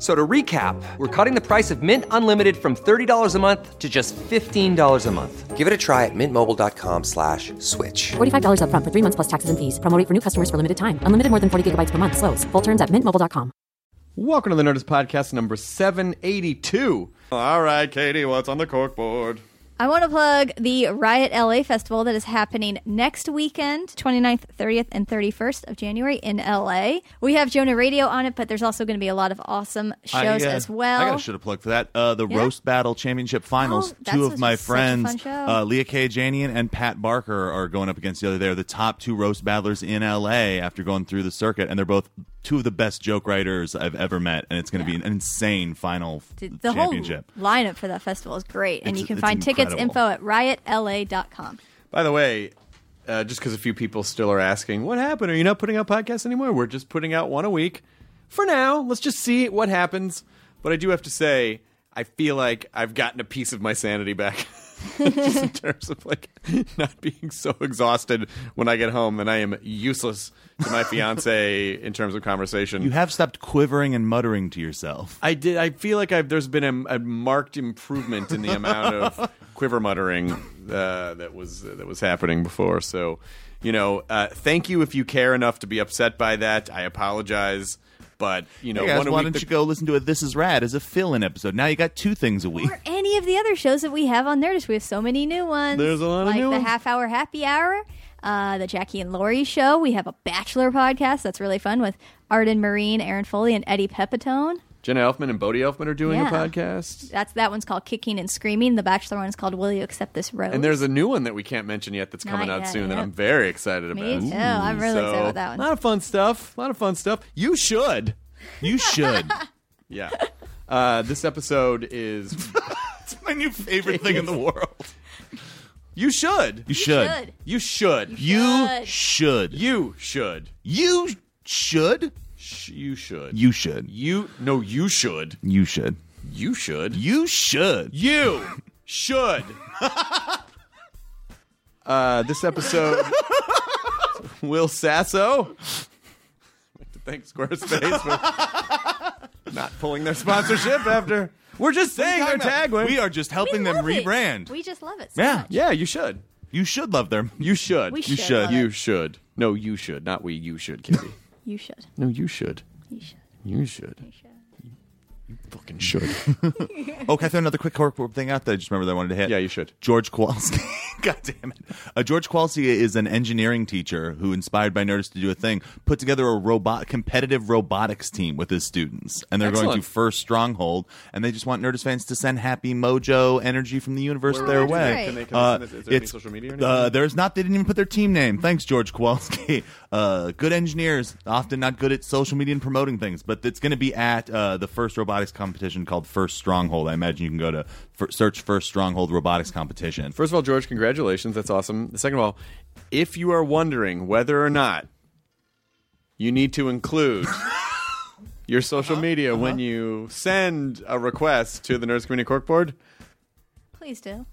So to recap, we're cutting the price of Mint Unlimited from $30 a month to just $15 a month. Give it a try at mintmobile.com slash switch. $45 upfront for three months plus taxes and fees. Promote for new customers for limited time. Unlimited more than 40 gigabytes per month. Slows. Full terms at mintmobile.com. Welcome to the Notice Podcast number 782. All right, Katie, what's on the corkboard? I want to plug the Riot LA Festival that is happening next weekend, 29th, 30th, and 31st of January in LA. We have Jonah Radio on it, but there's also going to be a lot of awesome shows I, uh, as well. I got a should have plugged for that. Uh, the Yeah. Roast Battle Championship Finals. Oh, Two that's of my such a friends, fun show. uh, Leah K. Janian and Pat Barker, are going up against the other. They're the top two roast battlers in LA after going through the circuit, and they're both two of the best joke writers I've ever met. And it's going to be an insane final f- Dude, the whole championship. lineup for that festival is great, and It's- you can it's find tickets info incredible. at riotla.com. By the way, uh, just because a few people still are asking, what happened? Are you not putting out podcasts anymore? We're just putting out one a week for now. Let's just see what happens. But I do have to say, I feel like I've gotten a piece of my sanity back. just in terms of like not being so exhausted when I get home and I am useless to my fiance in terms of conversation. You have stopped quivering and muttering to yourself. I did. I feel like I've, there's been a, a marked improvement in the amount of quiver muttering uh, that was that was happening before. So, you know, uh, thank you if you care enough to be upset by that. I apologize, but you know, Hey guys, one a why week don't the- you go listen to a This Is Rad as a fill-in episode? Now you got two things a week. Or any of the other shows that we have on there. Just we have so many new ones. There's a lot of like new the ones. half hour happy hour, uh, the Jackie and Laurie show. We have a Bachelor podcast that's really fun with Arden Marine, Aaron Foley, and Eddie Pepitone. Jenna Elfman and Bodie Elfman are doing Yeah. a podcast, That's that one's called Kicking and Screaming. The Bachelor one is called Will You Accept This Rose? and there's a new one that we can't mention yet that's Not coming out yet, soon that yeah. I'm very excited Me about. too. I'm really So, excited about that A one. lot of fun stuff. A lot of fun stuff. You should. You should. Yeah. Uh, this episode is. it's my new favorite thing in the world. You should. You should. should. You should. You should. You should. You should. Sh- you should. You should. You no. You should. You should. You should. You should. You should. uh, this episode, Will Sasso. I'd like to thank Squarespace for not pulling their sponsorship after. We're just saying their tagline. We are just We helping them love it. rebrand. We just love it. So yeah. much. Yeah, you should. You should love them. You should. We you should should. love You it. should. No, you should. Not we. You should, Katie. you should. no, you should. You should. You should. You fucking should. Oh, can I throw another quick corkboard thing out that I just remember that I wanted to hit? Yeah, you should. George Kowalski. God damn it. Uh, George Kowalski is an engineering teacher who, inspired by Nerdist to do a thing, put together a robot competitive robotics team with his students. And they're going Excellent. to First Stronghold, and they just want Nerdist fans to send happy mojo energy from the universe their that's way. great. Can they- can they send this- is there any social media or anything? Uh, there's not. They didn't even put their team name. Thanks, George Kowalski. Uh, good engineers, often not good at social media and promoting things. But it's going to be at uh, the first robotics competition called First Stronghold. I imagine you can go to f- search First Stronghold Robotics Competition. First of all, George, congratulations. That's awesome. Second of all, if you are wondering whether or not you need to include your social Uh-huh, media when you send a request to the Nerds Community Corkboard, Please do.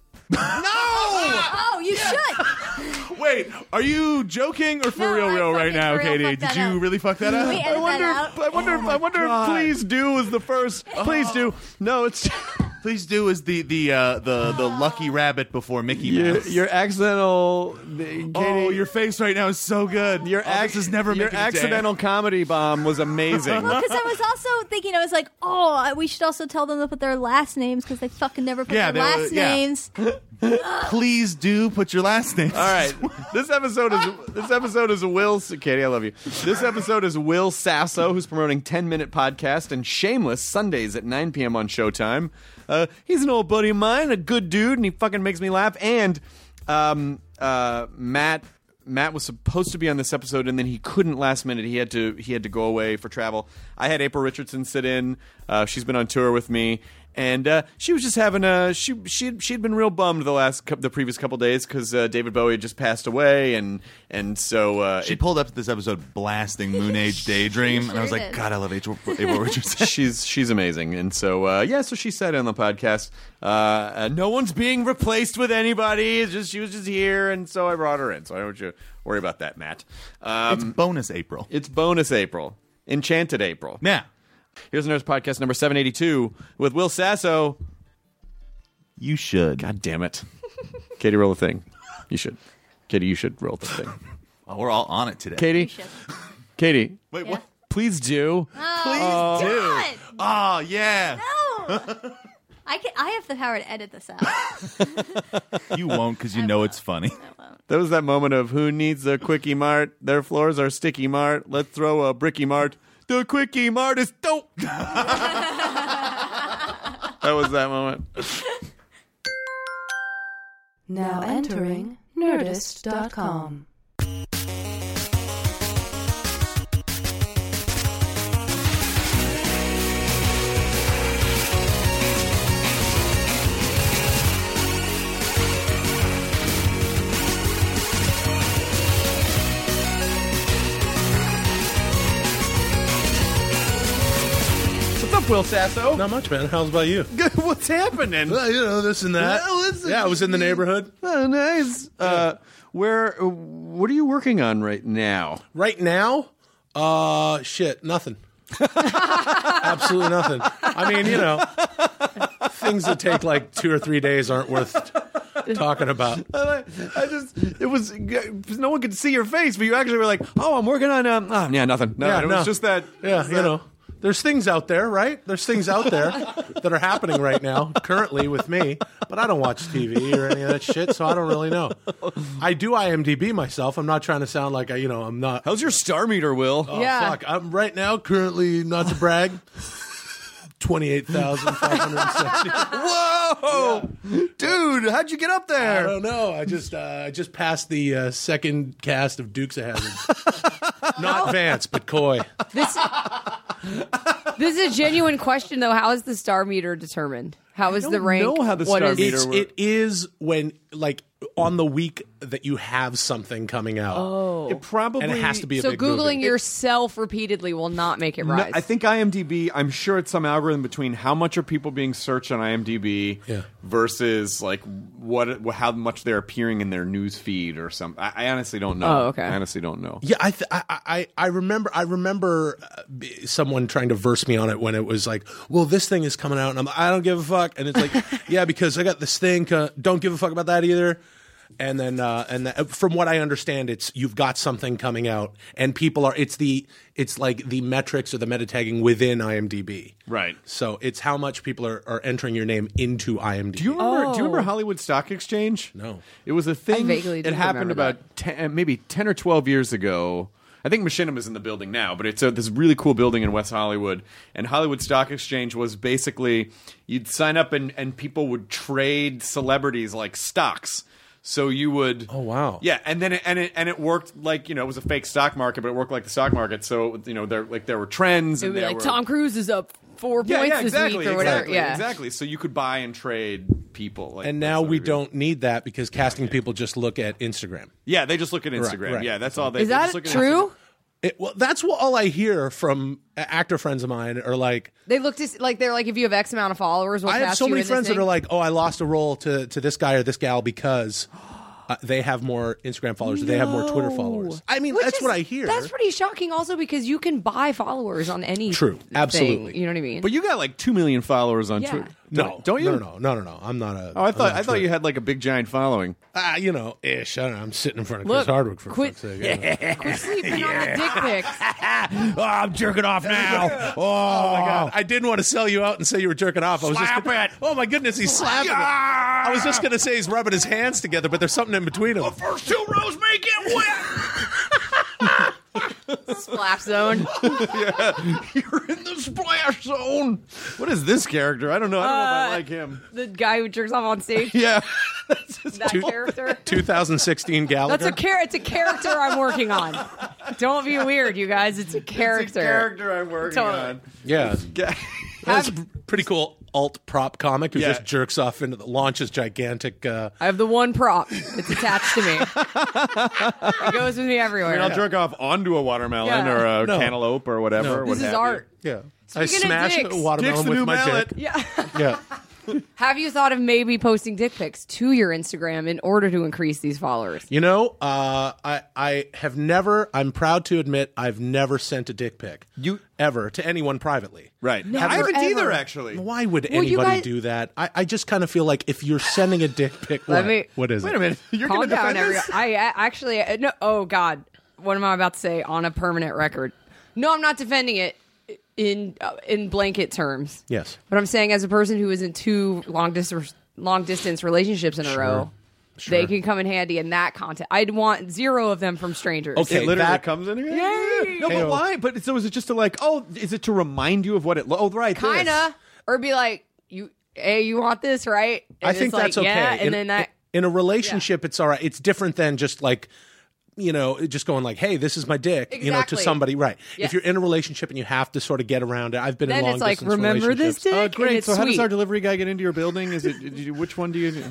no! Oh, you should. Wait, are you joking or for No, real, I real right fucking now, for real Katie? fucked Did that you up. really fuck that up? We edit I wonder. Oh that out. I wonder. I wonder. if please do is the first. Please do. No, it's Please do is the the uh, the the Oh. lucky rabbit before Mickey Your, Mouse. your accidental. Katie, oh, your face right now is so good. your oh, this ac- is never your making it, Dan. accidental comedy bomb was amazing. Well, because I was also thinking, I was like, oh, I- we should also tell them to put their last names because they fucking never put Yeah, their they- last yeah. names. Please do put your last name. All right, this episode is this episode is Will Katie. I love you. This episode is Will Sasso, who's promoting Ten Minute Podcast and Shameless Sundays at 9 p.m. on Showtime. Uh, he's an old buddy of mine, a good dude, and he fucking makes me laugh. And um, uh, Matt Matt was supposed to be on this episode, and then he couldn't last minute. He had to he had to go away for travel. I had April Richardson sit in. Uh, she's been on tour with me, and uh, she was just having a she she she'd been real bummed the last cou- the previous couple days because uh, David Bowie had just passed away, and and so uh, She it- pulled up to this episode blasting Moon Age Daydream, and I was sure like, did. God, I love April, April Richardson. she's she's amazing, and so uh, yeah, so she said on the podcast, uh, uh, no one's being replaced with anybody. It's just she was just here, and so I brought her in. So I don't want you to worry about that, Matt. Um, it's bonus April. It's bonus April. Enchanted April. yeah. Here's Nerds Podcast number 782 with Will Sasso. You should. God damn it. Katie, roll the thing. You should. Katie, you should roll the thing. Oh, we're all on it today. Katie, Katie, Wait, Yeah. what? please do. Please God, Oh, yeah. no. I can. I have the power to edit this out. You won't because you know it's funny. That was that moment of who needs a quickie mart? Their floors are sticky mart. Let's throw a bricky mart. The quickie mart is dope. that was that moment. Now entering Nerdist.com. What's up, Will Sasso? Not much, man. How's about you? What's happening? Well, Uh, you know, this and that. Well, listen. yeah, I was in the neighborhood. Oh, nice. Uh, where? What are you working on right now? Right now, uh, shit, nothing. Absolutely nothing. I mean, you know, things that take like two or three days aren't worth talking about. I just, it was, no one could see your face, but you actually were like, oh, I'm working on, um, ah, yeah, nothing. No, Yeah, it no. was just that. Yeah, was you that- know, there's things out there, right? There's things out there that are happening right now, currently with me, but I don't watch TV or any of that shit, so I don't really know. I do IMDb myself. I'm not trying to sound like I, you know, I'm not How's your star meter, Will? Oh, fuck. I'm right now currently, not to brag, 28,560. Whoa! Dude, how'd you get up I there? don't know. I just uh, I just passed the uh, second cast of Dukes of Hazzard. not Vance, but Coy. This, this is a genuine question, though. How is the star meter determined? How is I the don't rank? know how the What star is- meter- It's, it is when, like, on the week that you have something coming out. Oh. It probably. And it has to be a So big googling movie. yourself repeatedly will not make it No, rise. I think IMDb. I'm sure it's some algorithm between how much are people being searched on IMDb Yeah. versus like what how much they're appearing in their news feed or something. I, I honestly don't know. Oh, okay. I honestly don't know. Yeah, I, th- I I I remember I remember uh, b- someone trying to verse me on it when it was like, "Well, this thing is coming out," and I'm like, "I don't give a fuck," and it's like, "Yeah, because I got this thing. Uh, don't give a fuck about that either." And then uh, and that, from what I understand, it's you've got something coming out, and people are it's the it's like the metrics or the meta tagging within IMDb. Right. So it's how much people are, are entering your name into IMDb. Do you remember? Do you remember Hollywood Stock Exchange? No. it was a thing. vaguely do it happened remember about ten, uh, maybe ten or twelve years ago. I think Machinima is in the building now, but it's a, this really cool building in West Hollywood. And Hollywood Stock Exchange was basically you'd sign up and, and people would trade celebrities like stocks. So you would. Oh, wow. Yeah, and then it, and it and it worked like you know it was a fake stock market, but it worked like the stock market. So you know there like there were trends. it and would be there like were, Tom Cruise is up four Yeah, points yeah, this exactly, week or whatever. exactly, yeah, exactly. So you could buy and trade people. Like, And that's now what we it is. don't need that because casting people just look at Instagram. Yeah, they just look at Instagram. right. Yeah, that's all they. Is they just that look at true? Instagram. It, well, that's what all I hear from a- actor friends of mine are like. They look to, like they're like if you have X amount of followers. We'll I have cast so you many in this friends that thing. are like, "Oh, I lost a role to to this guy or this gal because uh, they have more Instagram followers, or they have more Twitter followers." I mean, Which that's is- what I hear. That's pretty shocking, also because you can buy followers on any True. thing, Absolutely. You know what I mean? But you got like two million followers on Yeah. Twitter. No, don't you? No, no, no, no, no. I'm not a. Oh, I thought I'm not I a thought you had like a big giant following. Ah, you know, ish. I don't know. I'm sitting in front of Look, Chris Hardwick for quit- fuck's sake. I don't know. Quit sleeping on the dick pics. Oh, I'm jerking off now. Oh, my god! I didn't want to sell you out and say you were jerking off. I was Slap just gonna, it. Oh my goodness, he's slapping. It. I was just gonna say he's rubbing his hands together, but there's something in between them. First two rows make it wet. Splap zone. You're in the splash zone. What is this character? I don't know. I don't Uh, know if I like him. The guy who jerks off on stage. Yeah. That character. 2016 Gallagher. That's a char- It's a character I'm working on. Don't be weird, you guys. It's a character. It's a character I'm working Totally. on. yeah. Ga- That's a pretty cool alt prop comic who Yeah. just jerks off into the launches gigantic. Uh, I have the one prop. It's attached to me. it goes with me everywhere. And I'll jerk off onto a watermelon Yeah. or a No. cantaloupe or whatever. No. what this is have you. art. yeah. I Speaking of smash dicks. a Dick's watermelon the with new my mallet. dick. Yeah. Yeah. Have you thought of maybe posting dick pics to your Instagram in order to increase these followers? You know, uh, I I have never. I'm proud to admit I've never sent a dick pic. You- ever to anyone privately, Right. Never, I haven't either, ever. actually. Why would Well, you anybody guys- do that? I, I just kind of feel like if you're sending a dick pic, Let what, me- what is Wait it? a minute. You're Calm going to down, defend everyone. this? I, I actually uh, no. Oh God, what am I about to say on a permanent record? No, I'm not defending it in uh, in blanket terms. Yes. But I'm saying, as a person who is in two long distance long distance relationships in a row, they can come in handy in that context. I'd want zero of them from strangers. Okay. it literally that- comes in here. Yay! No, Hey-o. but why? But so is it just to like? Oh, is it to remind you of what it? lo- Oh, right. this. kinda, or be like, you, hey, you want this, right? And I it's think like, that's okay. Yeah, and in, then that. in a relationship, it's all right. It's different than just like you know, just going like, "Hey, this is my dick," you know, to Exactly. somebody. Right? Yes. If you're in a relationship and you have to sort of get around it, I've been in Then long it's like, distance remember this relationships. dick? Uh, And great. it's So, how does sweet. our delivery guy get into your building? Is it? did you- which one do you?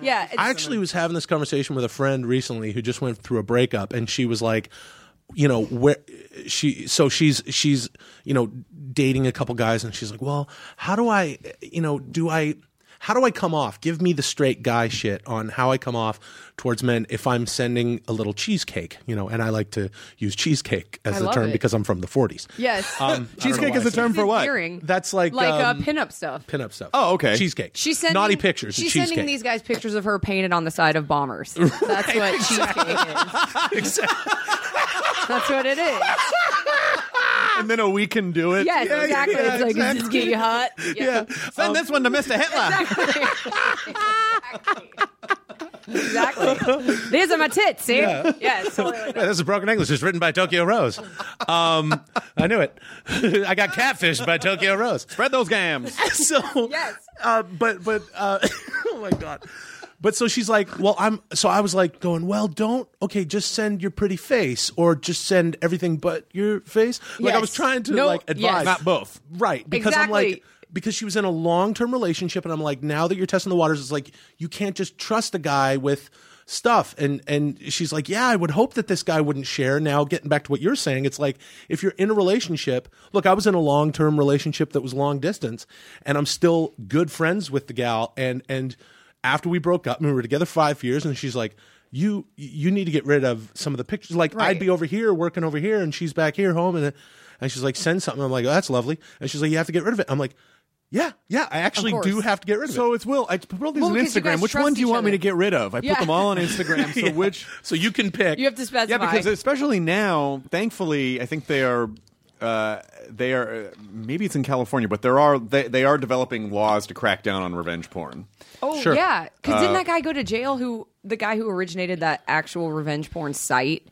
Yeah, it's, I actually was having this conversation with a friend recently who just went through a breakup, and she was like, you know, where she so she's she's you know dating a couple guys, and she's like, well, how do I, you know, do I? How do I come off? Give me the straight guy shit on how I come off towards men if I'm sending a little cheesecake, you know, and I like to use cheesecake as I the love term it. because I'm from the 40s. yes, Um, Cheesecake why is a I said- term for what? Endearing. That's like, like um, uh, pinup stuff. Pinup stuff. Oh, okay. Cheesecake. She's sending naughty pictures. She's cheesecake. sending these guys pictures of her painted on the side of bombers. That's what cheesecake is. That's what it is. And then a we can do it. Yes, Yeah, exactly. yeah, it's like, does this get you hot? Yeah. Send Um, this one to Mr. Hitler. exactly. exactly. These are my tits, see? Yeah, it's totally like that. Yeah, this is Broken English. It's written by Tokyo Rose. Um, I knew it. I got catfished by Tokyo Rose. Spread those gams. So Yes. uh, but but uh, oh my god. But so she's like, well, I'm. So I was like, going, well, don't. Okay, just send your pretty face, or just send everything but your face. Like I Yes. was trying to No, like yes. advise, Not both, right? Because I'm like, Exactly. because she was in a long term relationship, and I'm like, now that you're testing the waters, it's like you can't just trust a guy with stuff. And and she's like, yeah, I would hope that this guy wouldn't share. Now getting back to what you're saying, it's like if you're in a relationship, look, I was in a long term relationship that was long distance, and I'm still good friends with the gal. And and after we broke up, and we were together five years, and she's like. You you need to get rid of some of the pictures. Like I'd Right. be over here working over here, and she's back here home, and and she's like, send something. I'm like, oh, that's lovely. And she's like, you have to get rid of it. I'm like, yeah, yeah, I actually course. do have to get rid of it. So it's Will. I put all these Well, on because you Instagram. guys Which trust one do you each want me other. to get rid of? I Yeah. put them all on Instagram. So which? So you can pick. You have to specify. Yeah, because especially now, thankfully, I think they are. Uh, they are uh, maybe it's in California, but there are they, they are developing laws to crack down on revenge porn. Oh Sure. yeah, because didn't that guy go to jail? Who the guy who originated that actual revenge porn site?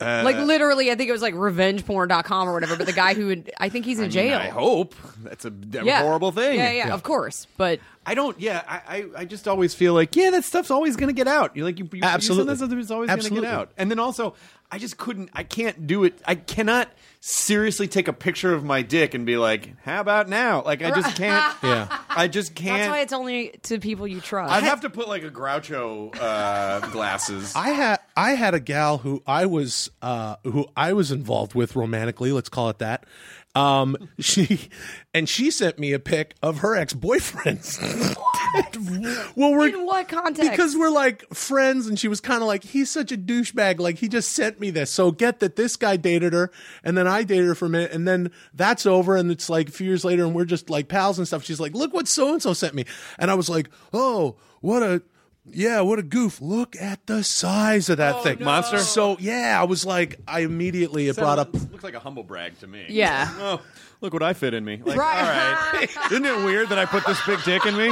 like literally, I think it was like revengeporn.com or whatever. But the guy who would, I think he's in jail. I hope that's a, a yeah. horrible thing. Yeah, yeah, of course. But I don't. Yeah, I, I, I just always feel like yeah, that stuff's always going to get out. You're like you, you Absolutely. You send that stuff, it's always going to get Absolutely. out. And then also, I just couldn't. I can't do it. I cannot seriously take a picture of my dick and be like, how about now? Like I just can't. Yeah. I just can't. that's why it's only to people you trust. I'd have to put like a Groucho uh, glasses. I had I had a gal who I was uh, who I was involved with romantically, let's call it that. Um, she and she sent me a pic of her ex boyfriends. well, we're In what context? because we're like friends, and she was kind of like, he's such a douchebag. Like he just sent me this. So get that this guy dated her, and then I dated her for a minute, and then that's over, and it's like a few years later, and we're just like pals and stuff. She's like, look what so and so sent me, and I was like, oh, what a. Yeah, what a goof. Look at the size of that thing. Monster? So, yeah, I was like, I immediately it brought up. Looks like a humble brag to me. Yeah. Oh, look what I fit in me. Like, Right. All right. Isn't it weird that I put this big dick in me?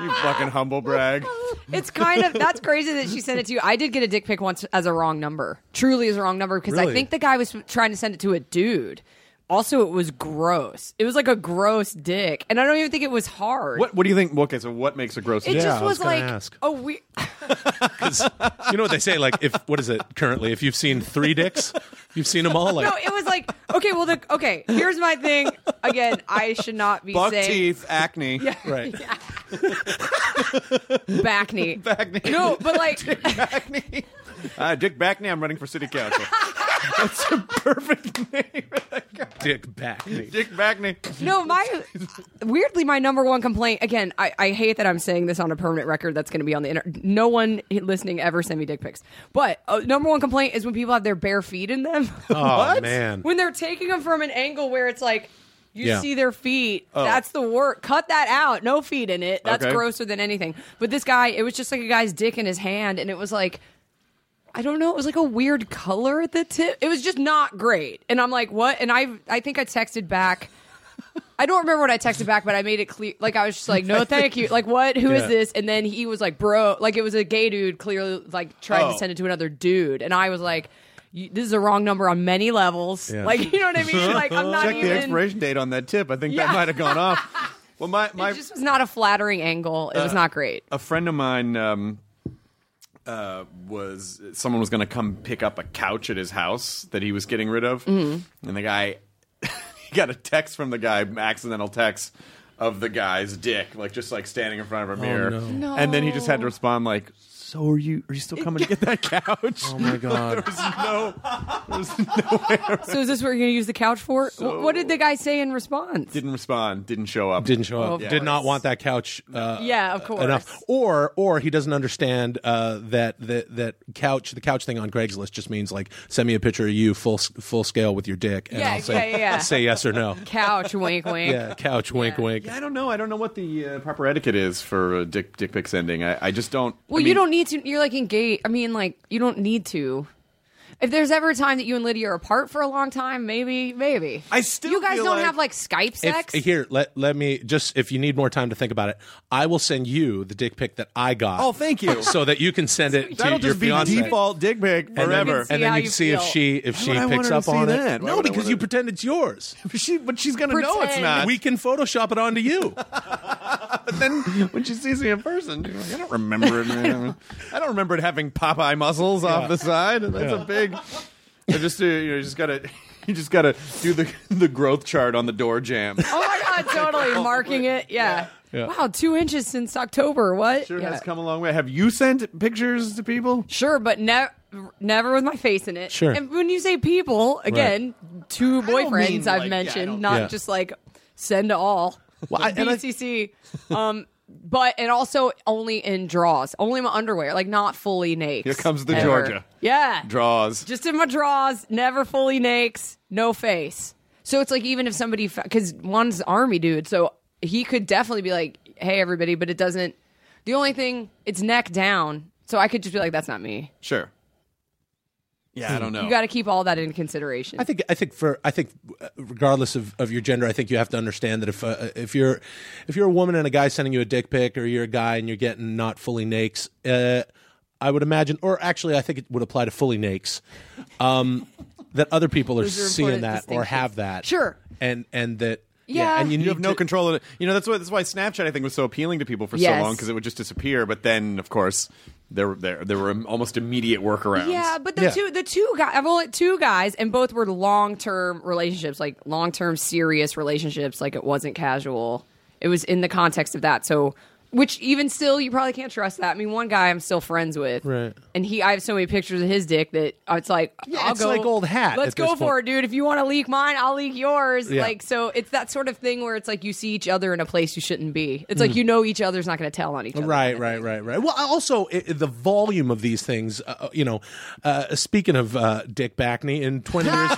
You fucking humble brag. It's kind of that's crazy that she sent it to you. I did get a dick pic once as a wrong number, truly as a wrong number, because I Really? think the guy was trying to send it to a dude. Also, it was gross. It was like a gross dick, and I don't even think it was hard. What What do you think? Okay, so what makes a gross? It dick? just was, like oh. a weird. you know what they say? Like, if what is it currently? If you've seen three dicks, you've seen them all. Like, No, it was like okay. Well, the okay. Here's my thing. Again, I should not be buck saying teeth, acne. Yeah. right. back knee. Back knee. No, but like Uh, Dick Backney, I'm running for city council. That's a perfect name. Dick Backney. Dick Backney. No, my weirdly my number one complaint again. I, I hate that I'm saying this on a permanent record that's going to be on the internet. No one listening ever send me dick pics. But uh, number one complaint is when people have their bare feet in them. Oh, What? man. when they're taking them from an angle where it's like you Yeah. Oh. see their feet. That's the work. Cut that out. No feet in it. That's Okay. grosser than anything. But this guy, it was just like a guy's dick in his hand, and it was like. I don't know. It was like a weird color at the tip. It was just not great. And I'm like, what? And I, I think I texted back. I don't remember what I texted back, but I made it clear. Like I was just like, no, thank you. Like what? Who is Yeah. this? And then he was like, bro. Like it was a gay dude. Clearly, like tried Oh. to send it to another dude, and I was like. "You- This is a wrong number on many levels. Yeah. Like you know what I mean. Like I'm not Check even. the expiration date on that tip. I think Yeah. that might have gone off. Well, my my It just was not a flattering angle. Uh, It was not great. a friend of mine um, uh, was someone was going to come pick up a couch at his house that he was getting rid of, Mm-hmm. and the guy he got a text from the guy, accidental text of the guy's dick, like just like standing in front of a mirror, and then he just had to respond like. So are you? Are you still coming to get that couch? Oh my god! there was no, there was no way. I So is this what you're going to use the couch for? Wh- what did the guy say in response? Didn't respond. Didn't show up. Didn't show Of up. Did not course. want that couch. Uh, Yeah, of course. Enough. Or or he doesn't understand uh, that that that couch the couch thing on Craigslist just means like send me a picture of you full s- full scale with your dick and Yeah, I'll say yeah, yeah. say yes or no. couch, wink, wink. Yeah, couch wink wink. Yeah, I don't know. I don't know what the uh, proper etiquette is for uh, dick dick pics ending. I, I just don't. Well, I you mean- don't need to. You're like engaged. I mean, like you don't need to. If there's ever a time that you and Lydia are apart for a long time, maybe, maybe. I still You guys feel don't like- have like Skype If, sex. here, let let me just if you need more time to think about it, I will send you the dick pic that I got. Oh, thank you. So that you can send it to That'll your just be fiance. default dick pic and then, forever. See and then how you you can see if feel. she if she would I picks want her up to on see it. that? Why No, would I because want you her- pretend it's yours. she, but she's gonna know it's Pretend. not. We can Photoshop it onto you. but then when she sees me in person, she's like, I don't remember it. man. I don't remember it having Popeye muscles off the side. That's a big. I just uh, you know, you just gotta you just gotta do the the growth chart on the door jam. oh my god, totally marking it. Yeah. Wow, two inches since October. What? Sure Yeah. has come a long way. Have you sent pictures to people? Sure, but never. Never with my face in it. Sure. And when you say people, again, two boyfriends mean, I've like- yeah, I mentioned, don't- not Yeah. just like send to all. Well, I- and I- BCC. um, but and also only in draws, only my underwear, like not fully naked. Here comes the Georgia. Yeah. Draws. Just in my draws, never fully nakes, no face. So it's like even if somebody, because one's army dude, so he could definitely be like, "Hey, everybody," but it doesn't. The only thing, it's neck down, so I could just be like, "That's not me." sure. Yeah, I don't know. You got to keep all that in consideration. I think I think for I think uh, regardless of, of your gender, I think you have to understand that if uh, if you're if you're a woman and a guy sending you a dick pic, or you're a guy and you're getting not fully nakes, uh, I would imagine, or actually, I think it would apply to fully nakes, um, that other people are, Those are seeing important that or distinctions. have that, Sure. and and that Yeah. and you, You have need no to- control of it. You know that's why that's why Snapchat I think was so appealing to people for Yes. so long because it would just disappear. But then of course there there there were almost immediate workarounds. Yeah, but the Yeah. two the two guys I've only two guys and both were long term relationships, like long term serious relationships, like it wasn't casual. It was in the context of that. So Which even still, you probably can't trust that. I mean, one guy I'm still friends with, Right. And he, I have so many pictures of his dick that it's like, I'll it's go like old hat Let's at go this for point. it, dude. If you want to leak mine, I'll leak yours. Yeah. Like, so it's that sort of thing where it's like you see each other in a place you shouldn't be. It's like you know each other's not going to tell on each other. Mm. Right, right, right, right. Well, also i i- the volume of these things. Uh, you know, uh, speaking of uh, Dick Backney, in twenty years,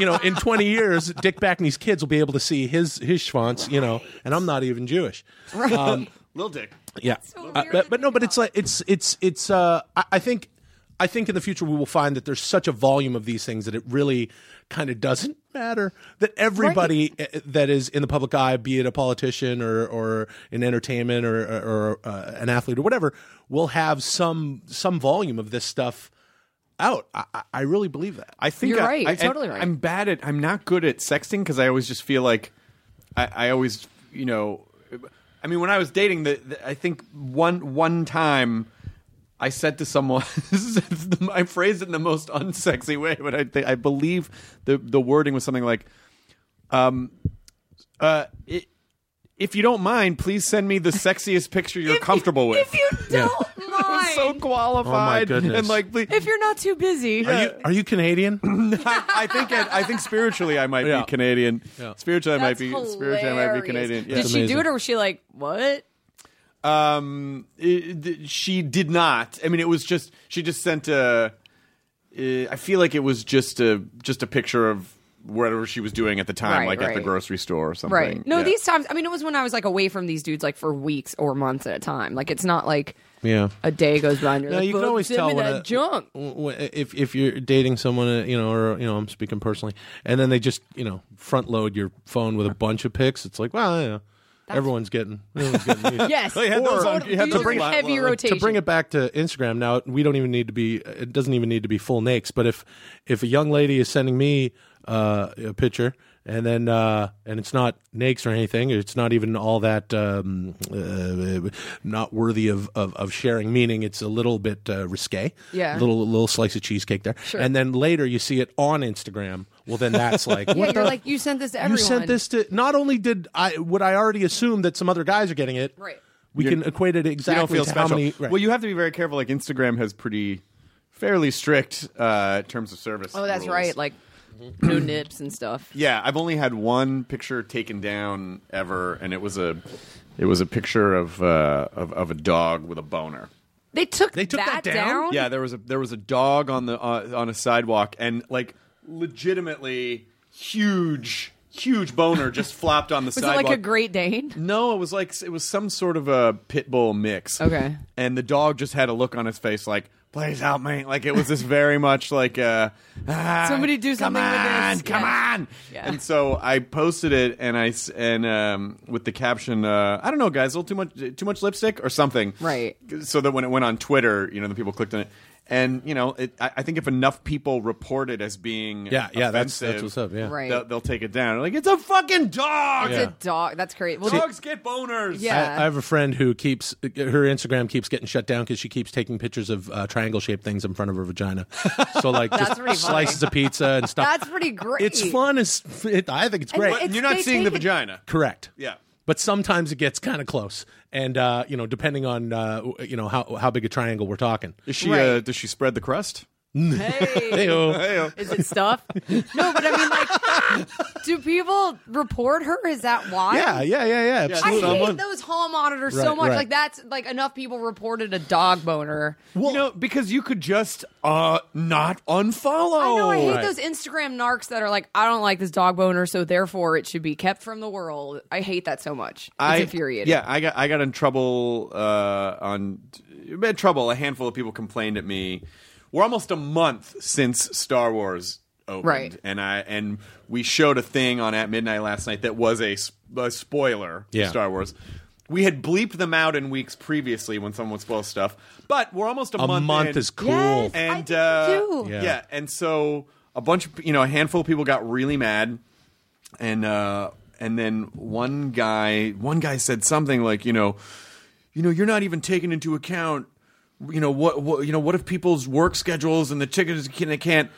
you know, in twenty years, Dick Backney's kids will be able to see his his schwanz. You know, and I'm not even Jewish. Um, Little dick. yeah, Uh, but, but no, but it's like it's it's it's. Uh, I, I think I think in the future we will find that there's such a volume of these things that it really kind of doesn't matter that everybody uh, that is in the public eye, be it a politician or or in entertainment or or, uh, an athlete or whatever, will have some some volume of this stuff out. I, I- I really believe that. I think You're I, right. I, You're totally I- right. I'm bad at. I'm not good at sexting because I always just feel like I, I always, you know, I mean, when I was dating, the, the, I think one one time I said to someone, this is, it's the, I phrased it in the most unsexy way, but I think I believe the the wording was something like, um, uh, it, if you don't mind, please send me the sexiest picture you're comfortable with. If you don't I was mind, so qualified goodness. and like, please, if you're not too busy, Are you are you Canadian? I, I think it, I think spiritually I might Yeah. be Canadian. Spiritually I might that's be hilarious. spiritually I might be Canadian. Did she do it, or was she like, what? Um, it- it- she did not. I mean, it was just she just sent a. Uh, I feel like it was just a just a picture of whatever she was doing at the time, Right, like at the right. grocery store or something. Right. No, Yeah. these times. I mean, it was when I was like away from these dudes like for weeks or months at a time. Like it's not like Yeah. a day goes by and you're No, like, you can "Fuck, always send tell me when that a- junk. w- w- if if you're dating someone, uh, you know, or you know, I'm speaking personally, and then they just you know front load your phone with a bunch of pics. It's like, well, you know, everyone's getting, everyone's getting these. Yes. you had those Or- on- you had these to are bring it- heavy rotation. To bring it back to Instagram, now we don't even need to be. It doesn't even need to be full nakes. But if if a young lady is sending me uh, a picture and then uh, and it's not nakes or anything, it's not even all that um, uh, not worthy of, of of sharing. Meaning, it's a little bit uh, risque. Yeah. little little slice of cheesecake there. Sure. And then later you see it on Instagram. Well, then that's like Yeah, what you're the- like you sent this to you everyone. sent this to. Not only did I would I already assume that some other guys are getting it. Right. We can equate it you exactly don't feel to special. how many. right. Well, you have to be very careful. Like Instagram has pretty fairly strict uh, terms of service. Oh, that's rules. right. Like no nips and stuff. Yeah, I've only had one picture taken down ever, and it was a it was a picture of uh, of, of a dog with a boner. They took They took that down? Yeah, there was a there was a dog on the uh, on a sidewalk, and like legitimately huge huge boner just flopped on the Was sidewalk. it like a Great Dane? No, it was like it was some sort of a pit bull mix. Okay. And the dog just had a look on his face like, "Please help me!" Like it was this very much like, uh, ah, Somebody do come something with on, this." Come Yeah. on, Yeah. And so I posted it, and I s- and um, with the caption, uh, "I don't know, guys, a little too much too much lipstick or something." Right. So that when it went on Twitter, you know, the people clicked on it. And you know, it, I, I think if enough people report it as being Yeah, yeah, that's- that's offensive, what's up, yeah. Right. they'll, they'll take it down. Like it's a fucking dog. It's a dog. That's crazy. Well, Dogs get boners. Yeah. I, I have a friend who keeps her Instagram keeps getting shut down because she keeps taking pictures of uh, triangle shaped things in front of her vagina. So like just pretty funny. slices of pizza and stuff. That's pretty great. It's fun. It's it, I think it's And great. it's- You're not they seeing the take it- vagina. Correct. Yeah. But sometimes it gets kind of close, and uh, you know, depending on uh, w- you know how how big a triangle we're talking. Is she? Right. Uh, does she spread the crust? Hey. Hey-o. uh, Is it stuff? no, but I mean, like, do people report her? Is that why? Yeah, yeah, yeah, yeah. I Absolutely. hate Someone- those hall monitors so Right, much. right. Like that's like enough people reported a dog boner. you know, because you could just uh not unfollow. I know I hate those Instagram narcs that are like, I don't like this dog boner, so therefore it should be kept from the world. I hate that so much. It's I- infuriating. Yeah, I got I got in trouble uh, on bad trouble. A handful of people complained at me. We're almost a month since Star Wars opened, Right. and I and we showed a thing on at midnight last night that was a, s- a spoiler. Yeah. for Star Wars. We had bleeped them out in weeks previously when someone spoils stuff, but we're almost a, A month. month in. is cool. Yes, I and think so uh, too. Yeah. Yeah. and so a bunch of you know a handful of people got really mad, and uh, and then one guy one guy said something like you know, you know you're not even taking into account you know what what you know what if people's work schedules and the chickens can they can't.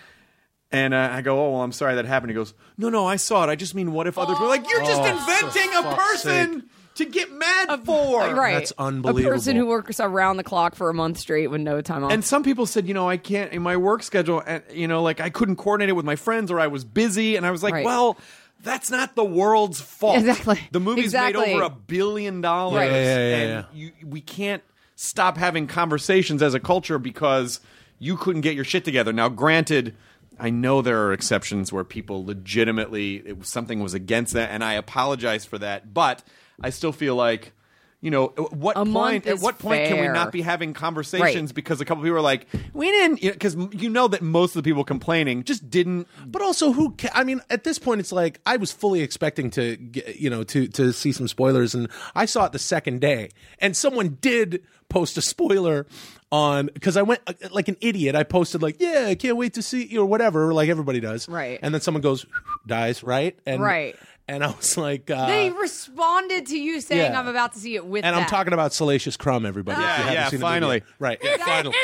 And uh, I go, oh well, I'm Oh, sorry that happened. He goes, no, no, I saw it. I just mean, what if others were like, you're just inventing a person to get mad for. right. That's A person who works around the clock for a month straight with no time off. And some people said, you know, I can't in my work schedule, and you know, like I couldn't coordinate it with my friends, or I was busy, and I was like, Right. well, that's not the world's fault. Exactly. The movie's Exactly. made over a billion dollars, Right. Yeah, yeah, yeah, and You, we can't stop having conversations as a culture because you couldn't get your shit together. Now, granted. I know there are exceptions where people legitimately it was, something was against that, and I apologize for that. But I still feel like, you know, at what A point? month At is what point can we fair. not be having conversations because a couple people were like, we didn't, because you, know, 'cause you know that most of the people complaining just didn't. But also, who? Ca- I mean, at this point, it's like I was fully expecting to, get, you know, to to see some spoilers, and I saw it the second day, and someone did post a spoiler on because I went uh, like an idiot. I posted like, "Yeah, I can't wait to see," you," or whatever, like everybody does, Right. And then someone goes, dies, right, and Right. and I was like, uh, they responded to you saying, yeah. "I'm about to see it with." and I'm that." talking about Salacious Crumb, everybody. if you Yeah, haven't yeah, seen the finally. movie. right, yeah, finally.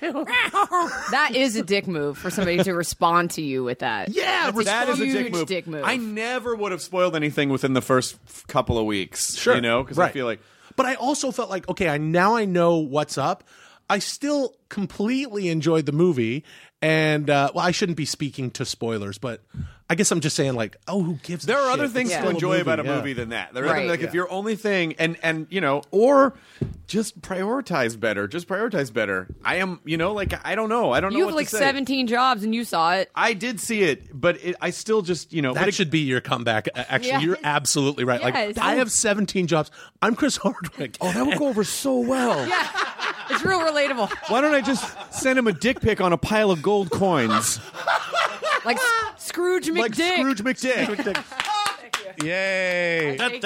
That is a dick move for somebody to respond to you with that. Yeah, That's that is huge a dick move. dick move. I never would have spoiled anything within the first f- couple of weeks. Sure. you know, because I Right. feel like But I also felt like, okay, I now I know what's up. I still completely enjoyed the movie, and uh, well, I shouldn't be speaking to spoilers, but I guess I'm just saying, like, oh, who gives? a there are shit? other It's things Yeah. to still enjoy about a yeah. movie than that. There are Right. other- like if Yeah. your only thing and and you know or just prioritize better. Just prioritize better. I am, you know, like I don't know. I don't know. you what have to like say. 17 jobs, and you saw it. I did see it, but it, I still just you know but That it- should be your comeback. A- Actually, Yes. you're absolutely right. Yes. Like, I have 17 jobs. I'm Chris Hardwick. Oh, that would go over so well. Yeah, it's real relatable. Why don't I just send him a dick pic on a pile of gold coins? Like S- Scrooge McDick. like Scrooge McDick. Yay! taking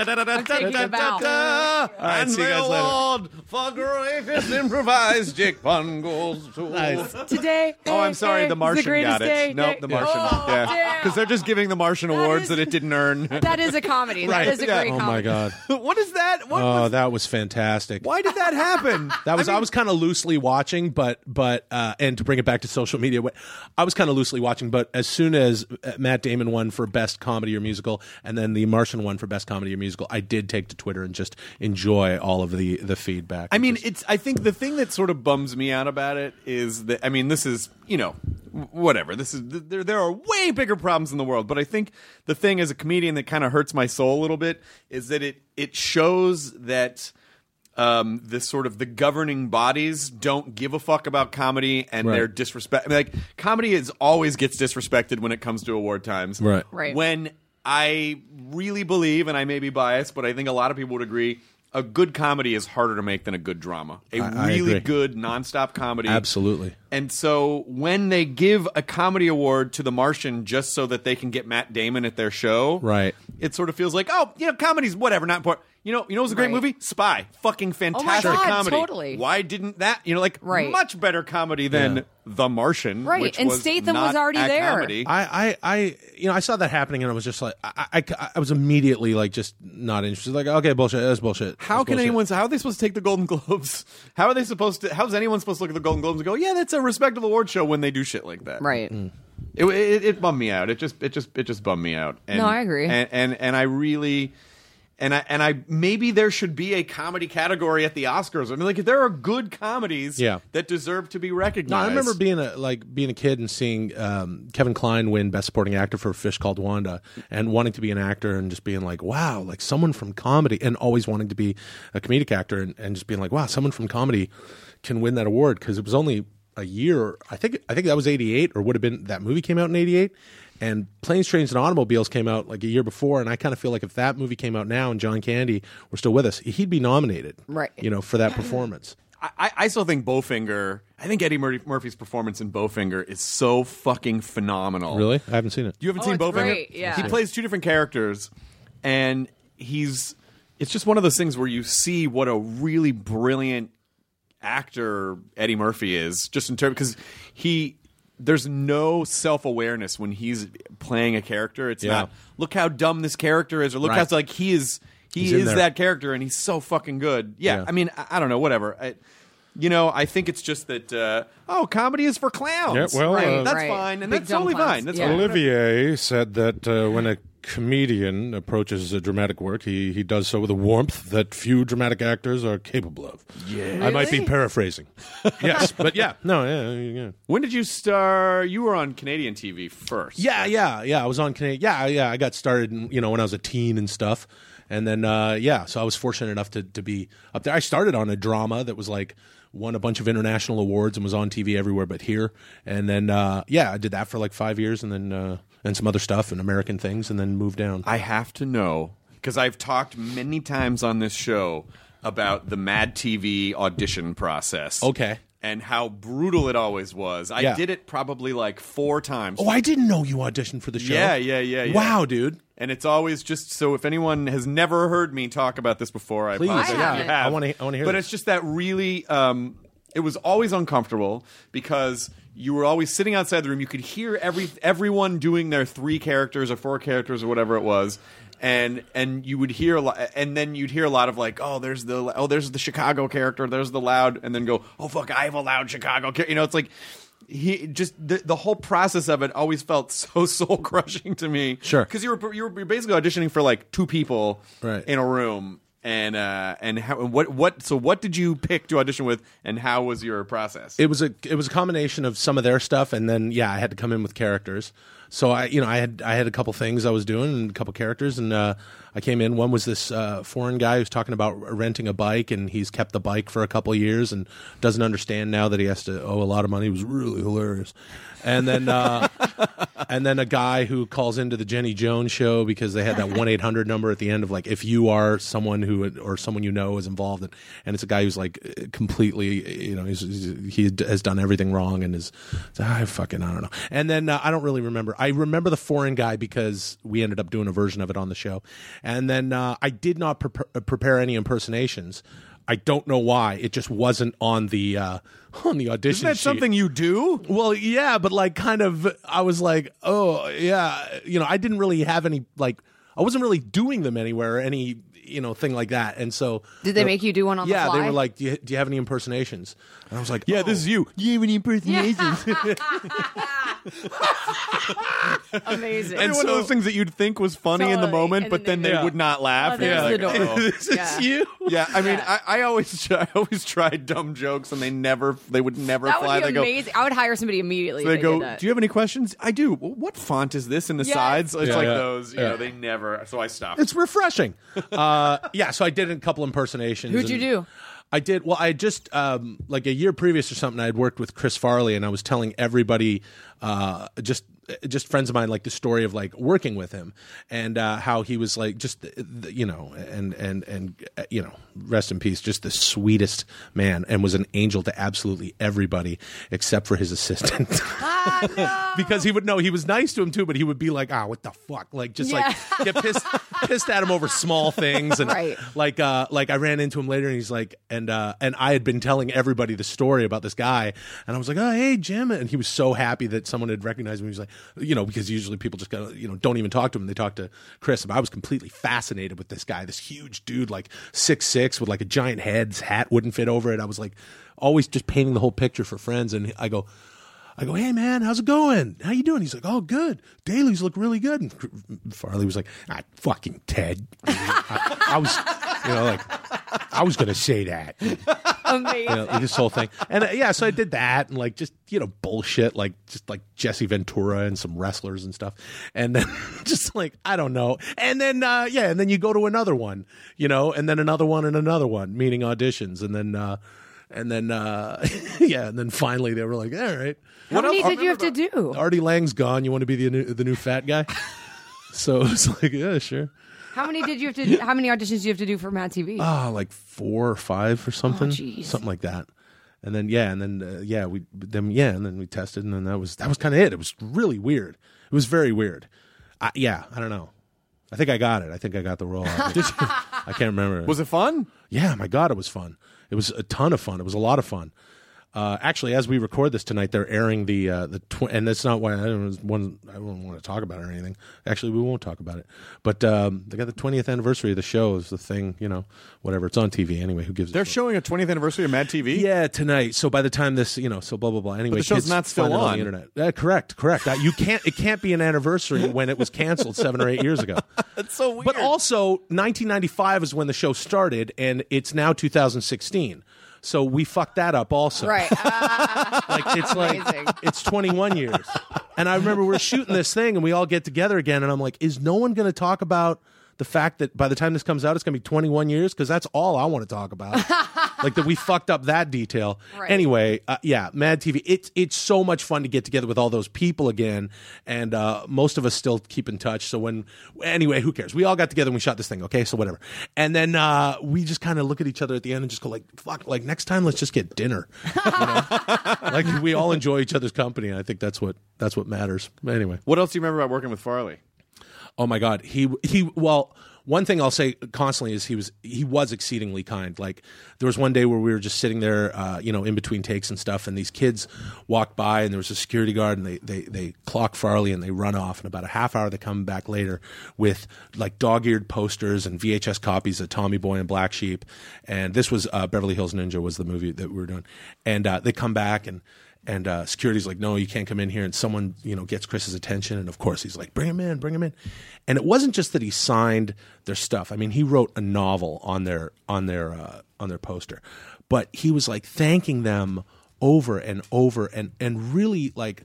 a bow. All right, see you guys later. for greatest improvised Dick Pun goes to. Nice. Today. Oh, I'm sorry. is The Martian greatest got it. day. nope, The Martian. Oh, yeah, damn. because they're just giving the Martian awards is- that it didn't earn. That is a comedy. Right, That is a yeah. great Oh comedy. my god! what is that? What Oh, was, that was fantastic. why did that happen? That was I, was kind of loosely watching, but but uh, and to bring it back to social media, wh- I was kind of loosely watching. But as soon as uh, Matt Damon won for best comedy or musical, and then The Martian won for best comedy or musical, I did take to Twitter and just enjoy all of the the feedback. I mean, it's. I think the thing that sort of bums me out about it is that. I mean, this is you know, w- whatever. This is th- there. There are way bigger problems in the world, but I think the thing as a comedian that kind of hurts my soul a little bit is that it it shows that um, the sort of the governing bodies don't give a fuck about comedy and Right. they're disrespect. I mean, like comedy is always gets disrespected when it comes to award times. Right. Right. When I really believe, and I may be biased, but I think a lot of people would agree. A good comedy is harder to make than a good drama. A I really agree. good nonstop comedy, Absolutely. And so when they give a comedy award to The Martian just so that they can get Matt Damon at their show, Right. It sort of feels like, oh, you know, comedy's whatever, not important. You know, you know, it was a great Right. Oh movie, Spy, fucking fantastic God, comedy. totally. Why didn't that? You know, like Right. much better comedy than Yeah. The Martian, Right, which and was Statham not was already a there. comedy. I, I, I, you know, I saw that happening, and I was just like, I, I, I was immediately like, just not interested. Like, okay, bullshit, that's bullshit. How That's can bullshit. anyone? How are they supposed to take the Golden Globes? How are they supposed to? How's anyone supposed to look at the Golden Globes and go, "Yeah, that's a respectable award show" when they do shit like that? Right. It, it, it bummed me out. It just it just it just bummed me out. And, No, I agree. And and and I really. And I and I maybe there should be a comedy category at the Oscars. I mean, like there are good comedies Yeah. that deserve to be No, recognized. I remember being a like being a kid and seeing um, Kevin Klein win Best Supporting Actor for Fish Called Wanda, and wanting to be an actor and just being like, wow, like someone from comedy, and always wanting to be a comedic actor and, and just being like, wow, someone from comedy can win that award because it was only a year. I think I think that was eighty eight, or would have been that movie came out in eighty eight, and Planes, Trains, and Automobiles came out like a year before, and I kind of feel like if that movie came out now and John Candy were still with us, he'd be nominated, Right. You know, for that performance. I- I, I still think Bowfinger. I think Eddie Murphy, Murphy's performance in Bowfinger is so fucking phenomenal. Really, I haven't seen it. You haven't Oh, seen it's Bowfinger? great, yeah. He plays two different characters, and he's. It's just one of those things where you see what a really brilliant actor Eddie Murphy is, just in terms because he. There's no self awareness when he's playing a character. It's Yeah. not look how dumb this character is, or look Right. how like he is. He He's in is there. that character, and he's so fucking good. Yeah, Yeah. I mean, I, I don't know, whatever. I, you know, I think it's just that. Uh, oh, comedy is for clowns. Yeah, well, Right, uh, that's right. fine, and Big that's dumb totally clowns. fine. That's Yeah. fine. Olivier said that uh, when a comedian approaches a dramatic work, he, he does so with a warmth that few dramatic actors are capable of. Yeah. I might be Really? paraphrasing. yes, but yeah, no, yeah, yeah. When did you star? You were on Canadian TV first. Yeah, yeah, yeah. I was on Canadian. Yeah, yeah. I got started, you know, when I was a teen and stuff. And then, uh, yeah, so I was fortunate enough to, to be up there. I started on a drama that was like won a bunch of international awards and was on TV everywhere but here. And then, uh, yeah, I did that for like five years and then, uh, and some other stuff and American things and then moved down. I have to know because I've talked many times on this show about the Mad TV audition process. Okay. And how brutal it always was. I Yeah. did it probably like four times. Oh, I didn't know you auditioned for the show. Yeah, yeah, yeah, yeah. Wow, dude. And it's always just so if anyone has never heard me talk about this before, I Please, apologize. yeah. if you I have. wanna- I wanna hear But this. it's just that really, um, it was always uncomfortable because you were always sitting outside the room. You could hear every everyone doing their three characters or four characters or whatever it was. And and you would hear a lot, and then you'd hear a lot of like, oh, there's the oh, there's the Chicago character, there's the loud, and then go, oh fuck, I have a loud Chicago character. You know, it's like he just the, the whole process of it always felt so soul crushing to me. Sure. because you were you were basically auditioning for like two people Right. in a room and uh and how and what what so what did you pick to audition with and how was your process It was a it was a combination of some of their stuff and then yeah, I had to come in with characters. So I you know I had I had a couple things I was doing and a couple characters and uh, I came in. One was this uh, foreign guy who's talking about renting a bike and he's kept the bike for a couple of years and doesn't understand now that he has to owe a lot of money. It was really hilarious. And then uh, and then a guy who calls into the Jenny Jones show because they had that one eight hundred number at the end of like if you are someone who or someone you know is involved and, and it's a guy who's like uh, completely you know he's, he's, he has done everything wrong and is I fucking I don't know and then uh, I don't really remember I remember the foreign guy because we ended up doing a version of it on the show and then uh, I did not prepare, prepare any impersonations. I don't know why it just wasn't on the uh, on the audition. Isn't that sheet. something you do? Well, yeah, but like kind of I was like, oh, yeah, you know, I didn't really have any like I wasn't really doing them anywhere or any, you know, thing like that. And so Did they make you do one on the Yeah, they fly? were like, do you, do you have any impersonations? And I was like, yeah oh. this is you you have any impersonations Amazing. and one of those things that you'd think was funny in the Totally. moment And but then then they they go, would not laugh "Oh, there's yeah, the door." this is Yeah. you yeah i mean I, I always i always tried dumb jokes and they never they would never that fly would be they go amazing. I would hire somebody immediately. so they if go did that. do you have any questions i do well, what font is this in the Yes. sides it's Yeah, like yeah, those you yeah. know they never so i stopped It's refreshing. uh, yeah, so I did a couple impersonations. Who'd you and do? I did. Well, I had just um, like a year previous or something. I had worked with Chris Farley, and I was telling everybody, uh, just just friends of mine, like the story of like working with him and uh, how he was like just the- the- you know and and and uh, you know rest in peace, just the sweetest man, and was an angel to absolutely everybody except for his assistant. because he would know he was nice to him too, but he would be like, "Ah, what the fuck?" Like just like get pissed pissed at him over small things and Right. like uh like I ran into him later and he's like and uh and I had been telling everybody the story about this guy and I was like, "Oh, hey, Jim." And he was so happy that someone had recognized me. He was like, you know, because usually people just kind of, you know, don't even talk to him. They talk to Chris, but I was completely fascinated with this guy, this huge dude like six six with like a giant head, his hat wouldn't fit over it. I was like always just painting the whole picture for friends and I go I go, hey man, how's it going? How you doing? He's like, oh, good. Dailies look really good. And Cr- Farley was like, ah, fucking Ted. I, I was, you know, like, I was gonna say that. You Amazing. know, like, this whole thing, and uh, yeah, so I did that, and like just you know bullshit, like just like Jesse Ventura and some wrestlers and stuff, and then just like I don't know, and then uh, yeah, and then you go to another one, you know, and then another one and another one, meaning auditions, and then. uh and then, uh, yeah, and then finally they were like, "All right, How many did you have to do? Artie Lang's gone. You want to be the new, the new fat guy? so it was like, yeah, sure. How many did you have to? How many auditions do you have to do for Mad TV? Oh, Ah, like four or five or something, jeez. something like that. And then yeah, and then uh, yeah, we then yeah, and then we tested, and then that was that was kind of it. It was really weird. It was very weird. I, yeah, I don't know. I think I got it. I think I got the role. I can't remember. was it fun Yeah, my God, it was fun. It was a ton of fun. It was a lot of fun. Uh, actually, as we record this tonight, they're airing the uh, the tw- and that's not why I don't one I don't want to talk about it or anything. Actually, we won't talk about it. But um, they got the twentieth anniversary of the show is the thing, you know, whatever. It's on TV anyway. Who gives? They're showing a 20th anniversary of Mad TV. Yeah, tonight. So by the time this, you know, so blah blah blah. Anyway, the show's kids not still find it on. the internet. Uh, correct, correct. Uh, you can't. It can't be an anniversary when it was canceled seven or eight years ago. That's so weird. But also, 1995 is when the show started, and it's now 2016. So we fucked that up also. Right. Uh, like it's Amazing. like it's 21 years. And I remember we're shooting this thing and we all get together again and I'm like, is no one going to talk about the fact that by the time this comes out it's going to be 21 years because that's all I want to talk about. like that we fucked up that detail. Right. Anyway, uh, yeah, Mad TV. It's it's so much fun to get together with all those people again and uh, most of us still keep in touch. So when anyway, who cares? We all got together and we shot this thing, okay? So whatever. And then uh, we just kind of look at each other at the end and just go like, fuck, like next time let's just get dinner like we all enjoy each other's company and i think that's what that's what matters anyway What else do you remember about working with Farley? oh my god he he well one thing i'll say constantly is he was he was exceedingly kind like there was one day where we were just sitting there uh, you know in between takes and stuff and these kids walked by and there was a security guard and they they they clock farley and they run off and about a half hour they come back later with like dog-eared posters and vhs copies of tommy boy and black sheep and this was uh, beverly hills ninja was the movie that we were doing and uh, they come back and and uh, security's like, no, you can't come in here. And someone, you know, gets Chris's attention, and of course he's like, bring him in, bring him in. And it wasn't just that he signed their stuff. I mean, he wrote a novel on their on their uh, on their poster, but he was like thanking them over and over, and and really like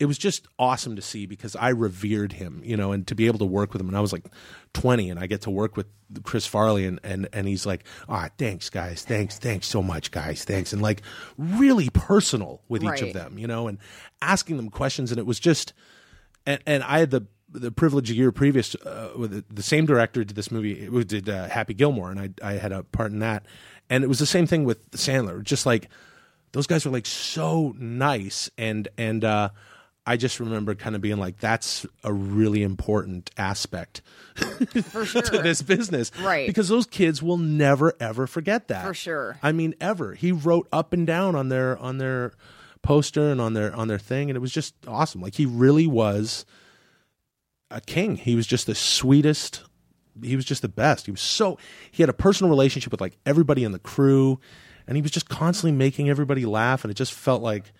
it was just awesome to see because I revered him, you know, and to be able to work with him. And I was like 20 and I get to work with Chris Farley and, and, and he's like, ah, thanks guys. Thanks. Thanks so much guys. Thanks. And like really personal with each of Right. them, you know, and asking them questions. And it was just, and, and I had the the privilege a year previous uh, with the, the same director did this movie who did uh, Happy Gilmore, and I I had a part in that, and it was the same thing with Sandler. Just like those guys were like so nice, and and uh, I just remember kind of being like, that's a really important aspect to this business, Right. Because those kids will never ever forget that For sure. I mean, ever. He wrote up and down on their on their poster and on their on their thing, and it was just awesome. Like he really was a king. He was just the sweetest. He was just the best. He was so he had a personal relationship with like everybody in the crew, and he was just constantly making everybody laugh. And it just felt like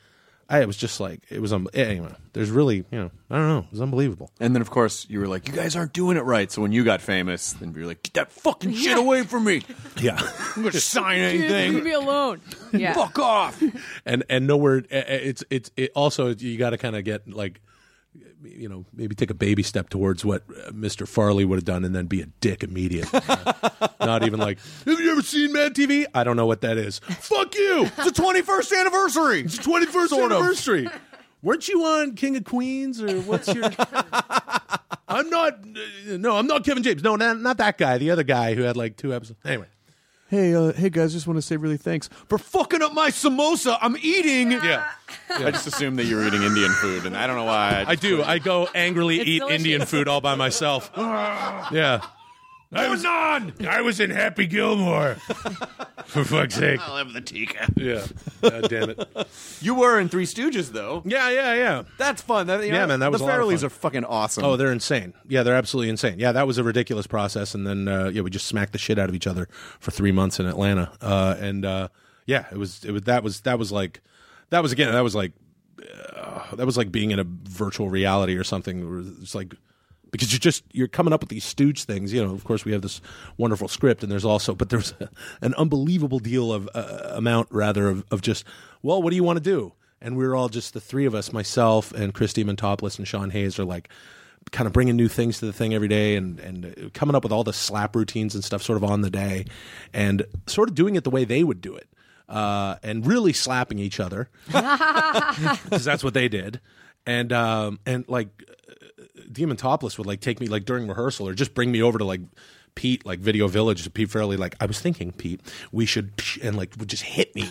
I it was just like it was um anyway. There's really you know I don't know. It was unbelievable. And then, of course, you were like, you guys aren't doing it right. So when you got famous, then you were like, get that fucking shit away from me. Yeah. I'm going to sign Dude, leave anything. me alone. Yeah. Fuck off. and and nowhere eh, eh, it's it's it also you got to kind of get like you know maybe take a baby step towards what uh, Mr. Farley would have done and then be a dick immediately. Not even like have you ever seen Mad TV? I don't know what that is. Fuck you. It's the 21st anniversary. It's the 21st Sort of. anniversary. Weren't you on King of Queens or what's your I'm not uh, no, I'm not Kevin James. No, not, not that guy, the other guy who had like two episodes. Anyway. Hey, uh, hey guys, just want to say really thanks for fucking up my samosa. I'm eating. Yeah. I just assumed that you were eating Indian food, and I don't know why. I do. I go angrily It's eat delicious. Indian food all by myself. yeah. I was on. I was in Happy Gilmore. For fuck's sake. I'll have the tikka. Yeah. God damn it. You were in Three Stooges, though. Yeah, yeah, yeah. That's fun. That, you Yeah, know, man, that was the a lot of Farrellys fun. are fucking awesome. Oh, they're insane. Yeah, they're absolutely insane. Yeah, that was a ridiculous process, and then uh, yeah, we just smacked the shit out of each other for three months in Atlanta. Uh, and uh, yeah, it was it was that was that was like that was again that was like uh, that was like being in a virtual reality or something. where It's like because you're just you're coming up with these stooge things. You know, of course we have this wonderful script, and there's also but there's a, an unbelievable deal of uh, amount rather of of just well, what do you want to do? And we were all just the three of us, myself and Christy Mantopoulos and Sean Hayes are like kind of bringing new things to the thing every day and and uh, coming up with all the slap routines and stuff sort of on the day and sort of doing it the way they would do it uh, and really slapping each other because that's what they did and um and like Demon Topless would like take me like during rehearsal or just bring me over to like Pete like Video Village to Pete Fairley like I was thinking Pete we should and like would just hit me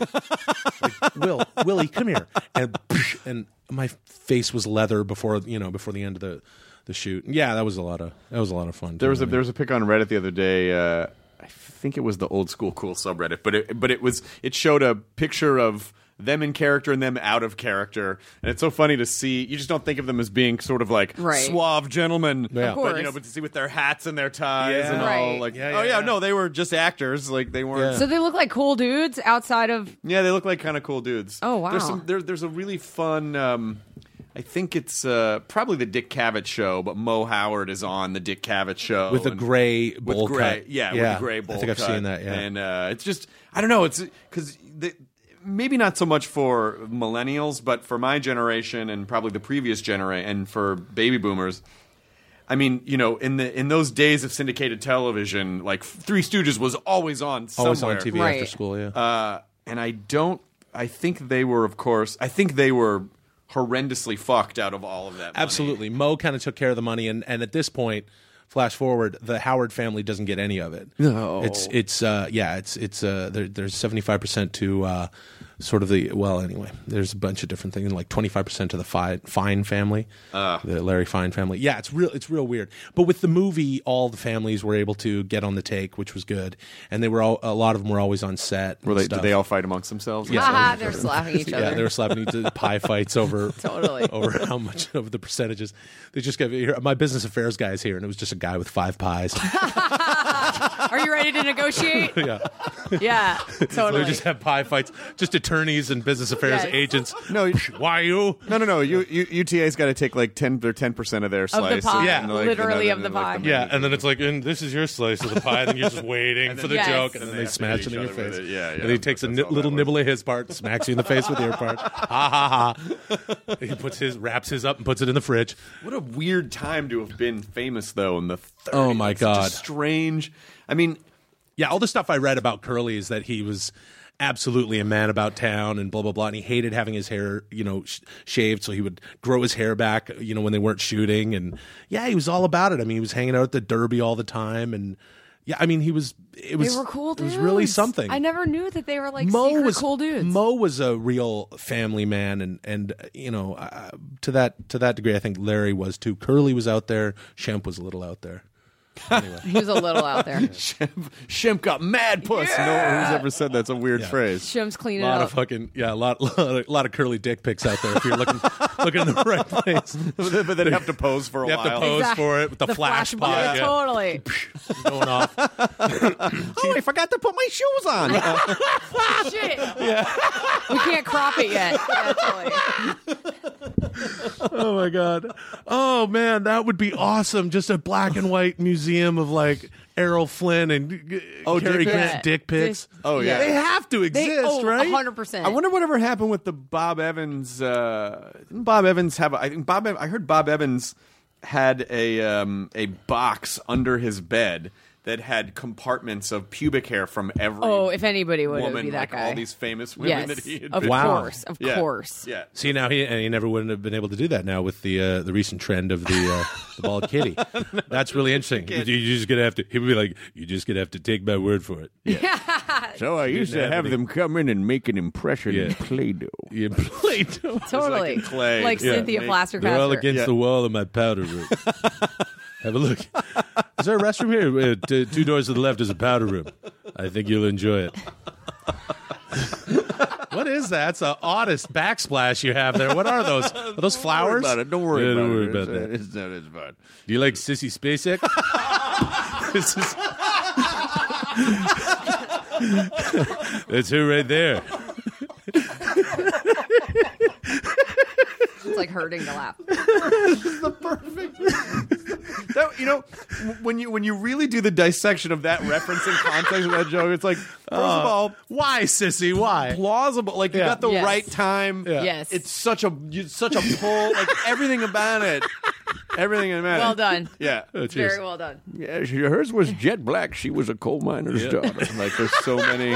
like, Will Willie come here and and my face was leather before you know before the end of the the shoot yeah that was a lot of that was a lot of fun There was a there was a pic on Reddit the other day. Uh, I think it was the old school cool subreddit, but it but it was it showed a picture of them in character and them out of character. And it's so funny to see. You just don't think of them as being sort of like Right. suave gentlemen, Yeah. Of but you know, course. but to see with their hats and their ties Yeah. and all, Right. like, Yeah, oh yeah, yeah, yeah. no, they were just actors. Like they weren't. Yeah. So they look like cool dudes outside of Yeah, they look like kind of cool dudes. Oh, wow. There's some there, there's a really fun. Um, I think it's uh, probably the Dick Cavett show, but Mo Howard is on the Dick Cavett show With a and- gray bowl with gray, cut. Yeah, Yeah, with a gray I bowl. think I've cut. seen that, yeah. and uh, it's just I don't know. It's because maybe not so much for millennials, but for my generation and probably the previous generation, and for baby boomers. I mean, you know, in the in those days of syndicated television, like Three Stooges was always on somewhere. Always on TV after Right. school, yeah. Uh, and I don't. I think they were, of course. I think they were horrendously fucked out of all of that. money. Absolutely. Mo kind of took care of the money and, and at this point, flash forward, the Howard family doesn't get any of it. No. It's it's uh yeah, it's it's uh there, there's 75% to uh sort of the well anyway. There's a bunch of different things like 25% to the Fi- Fine family. Ah. the Larry Fine family. Yeah, it's real it's real weird. But with the movie all the families were able to get on the take, which was good. And they were all a lot of them were always on set. and Were they, stuff. did they all fight amongst themselves? haha, they're slapping each other. Yeah, they were slapping each other, pie fights over Totally. over how much of the percentages. They just gave here. My business affairs guy is here, and it was just a guy with five pies. Are you ready to negotiate? yeah, yeah, so totally. we just have pie fights, just attorneys and business affairs Yes. agents. No, you- why you? No, no, no. You, you, UTA's got to take like ten or ten percent of their slice. pie. and, Yeah. like, Literally and of then- the like, pie. Yeah, and then it's like, and this is your slice of the pie. And then you're just waiting for the Yes. joke, and then And they, they have to smash hit it in each your other with face. it. Yeah, yeah, And he takes a that's ni- all that little was. nibble of his part, smacks you in the face with your part. Ha ha ha! He puts his wraps his up and puts it in the fridge. What a weird time to have been famous though in the 30s. Oh, my It's just God. strange. I mean, Yeah, all the stuff I read about Curly is that he was absolutely a man about town and blah blah blah, and he hated having his hair, you know, sh- shaved, so he would grow his hair back, you know, when they weren't shooting, and yeah, he was all about it. I mean, he was hanging out at the Derby all the time, and yeah, I mean, he was. It was they were cool It was dudes. really something. I never knew that they were like Mo secret was cool dudes. Mo was a real family man, and and uh, you know, uh, to that to that degree, I think Larry was too. Curly was out there. Shemp was a little out there. he was a little out there. Shemp, Shemp got mad puss. No one's ever said that's a weird phrase. Shim's cleaning A lot up. of fucking yeah, a lot, lot, of, lot of curly dick pics out there. If you're looking looking in the right place, but then you have to pose for a you have while. to pose Exact- for it with the, flash, flashbulb, pod yeah, Totally. going off. Oh, I forgot to put my shoes on. Uh, Shit. We can't crop it yet. Yeah, totally. Oh my god. Oh man, that would be awesome. Just a black and white museum of like Errol Flynn and oh, Cary dick pics? Grant dick pics. oh yeah. They have to exist, They, oh, right? 100%. I wonder whatever happened with the Bob Evans. Uh, didn't Bob Evans have? a- I think Bob. Ev- I heard Bob Evans had a um, a box under his bed that had compartments of pubic hair from every. Oh, if anybody would, it would woman, be that like guy. all these famous women Yes. that he had. Of been- Wow. course. Of Yeah. course. Yeah. See now he and he never wouldn't have been able to do that now with the uh, the recent trend of the uh, the bald kitty. That's really interesting. You, you just gonna have to. He would be like, "You're just gonna have to take my word for it." So I used to have them come in and make an impression in Yeah. Play-Doh. You played. Totally. like in clay. Like Yeah. Cynthia Make- Plaster They're all Caster. against Yeah. the wall in my powder room. Have a look. Is there a restroom here? Uh, t- two doors to the left is a powder room. I think you'll enjoy it. what is that? It's the oddest backsplash you have there. What are those? Are those flowers? Yeah, don't worry about that. It's not as bad. Do you like Sissy Spacek? this is. That's her right there. It's like hurting to laugh. That, you know, w- when you when you really do the dissection of that reference in context of that joke, it's like first of all, Why, Sissy? Why? plausible. Like you Uh, Yeah. got the Yes. right time. Yeah. Yes. it's such a you- such a pull. like everything about it, everything about it. Well done. Yeah. Oh, cheers. Very well done. yeah, she, hers was jet black. She was a coal miner's daughter. Like there's so many,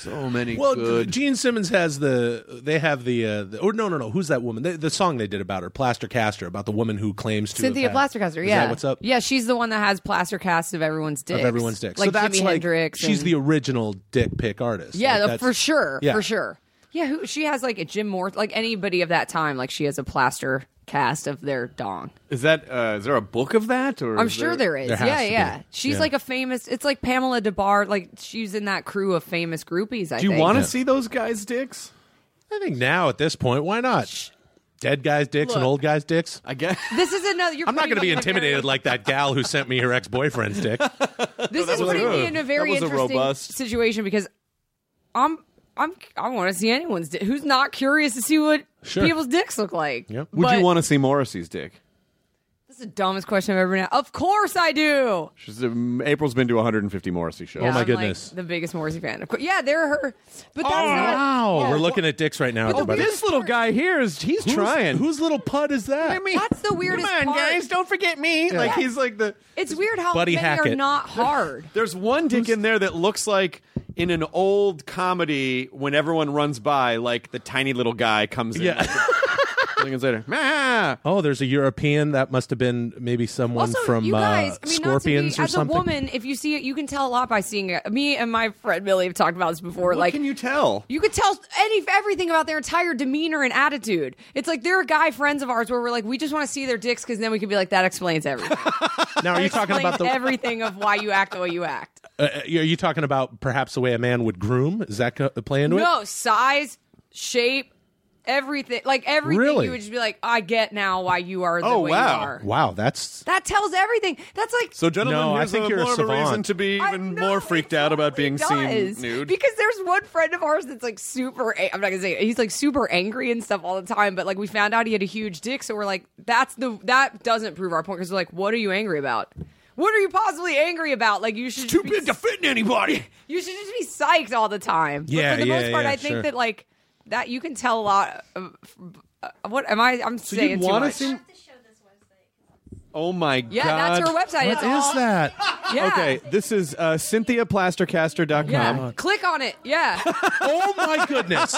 so many Well, good. Gene Simmons has the. They have the. Uh, the or no, no, no. Who's that woman? The, the song they did about her, Plaster Caster, about the woman who claims to. Cynthia have had- Plaster Caster. Is Yeah. that what's up? Yeah, she's the one that has plaster casts of everyone's dicks. Of everyone's dicks. Like so that's Jimi like Hendrix. she's and- the original dick pic artist. Yeah, Like, the- that's- for sure. Yeah. For sure. Yeah, who, she has like a Jim Morrison, like anybody of that time, like she has a plaster cast of their dong. Is that uh, is there a book of that? Or I'm is sure there is. There has yeah, to be. yeah. She's Yeah. like a famous. It's like Pamela DeBar. Like she's in that crew of famous groupies. I Do you think. wanna Yeah. see those guys' dicks? I think now at this point, why not? Dead guys' dicks and Look. old guys' dicks. I guess. This is another. You're I'm not putting going to be me in a very- intimidated like that gal who sent me her ex boyfriend's dick. Oh, This that is was putting a- me in a very that was a interesting robust- situation because I'm I'm I want to see anyone's di- who's not curious to see what Sure. people's dicks look like. Yep. Would you want to see Morrissey's dick? This is the dumbest question I've ever been. asked. Of course I Oh do. She's, um, April's been to 150 Morrissey shows. Oh Yeah, I'm, like, the biggest Morrissey fan. Of course. Yeah, they're her. But that's not. Oh, wow. yeah. We're looking at dicks right now, Oh, everybody. this little guy here is he's Who's- trying. Whose little pud is that? I mean, That's the weirdest Come on, part. guys, don't forget me. Like he's like the. It's weird how Buddy many are Hackett. not hard. There's one dick in there that looks like in an old comedy when everyone runs by, like the tiny little guy comes in. Yeah. like, seconds later, "Mah." Oh, there's a European that must have been maybe someone also, from you guys, uh, I mean, not Scorpions to be, or as something. a woman, if you see it, you can tell a lot by seeing it. Me and my friend Millie have talked about this before. What like, can you tell? You could tell any everything about their entire demeanor and attitude. It's like there are guy friends of ours where we're like, we just want to see their dicks because then we could be like, that explains everything. Now, are you talking Explains about the? everything of why you act the way you act? uh, uh, are you talking about perhaps the way a man would groom? Is that co- play into it? No size, shape, everything. Like everything, Really? you would just be like, I get now why you are the Oh, way wow. you are. Wow, that's That tells everything. That's like So, gentlemen, No, I here's think a you're a more of a reason savant. to be I even know, more it freaked out about totally being does. seen nude. Because there's one friend of ours that's like super. a- I'm not gonna say it, he's like super angry and stuff all the time. But like we found out he had a huge dick, so we're like, that's the that doesn't prove our point because we're like, what are you angry about? What are you possibly angry about? Like you should just Too be, big to fit in anybody. You should just be psyched all the time. But Yeah, for the yeah, most part, yeah, I think sure. that like that you can tell a lot. Of, uh, what am I? I'm So you saying too wanna much. see- Oh my yeah, god! that's her website. what it's is all, that? Yeah. Okay, this is uh, CynthiaPlastercaster.com. Yeah. Click on it. Yeah. oh my goodness!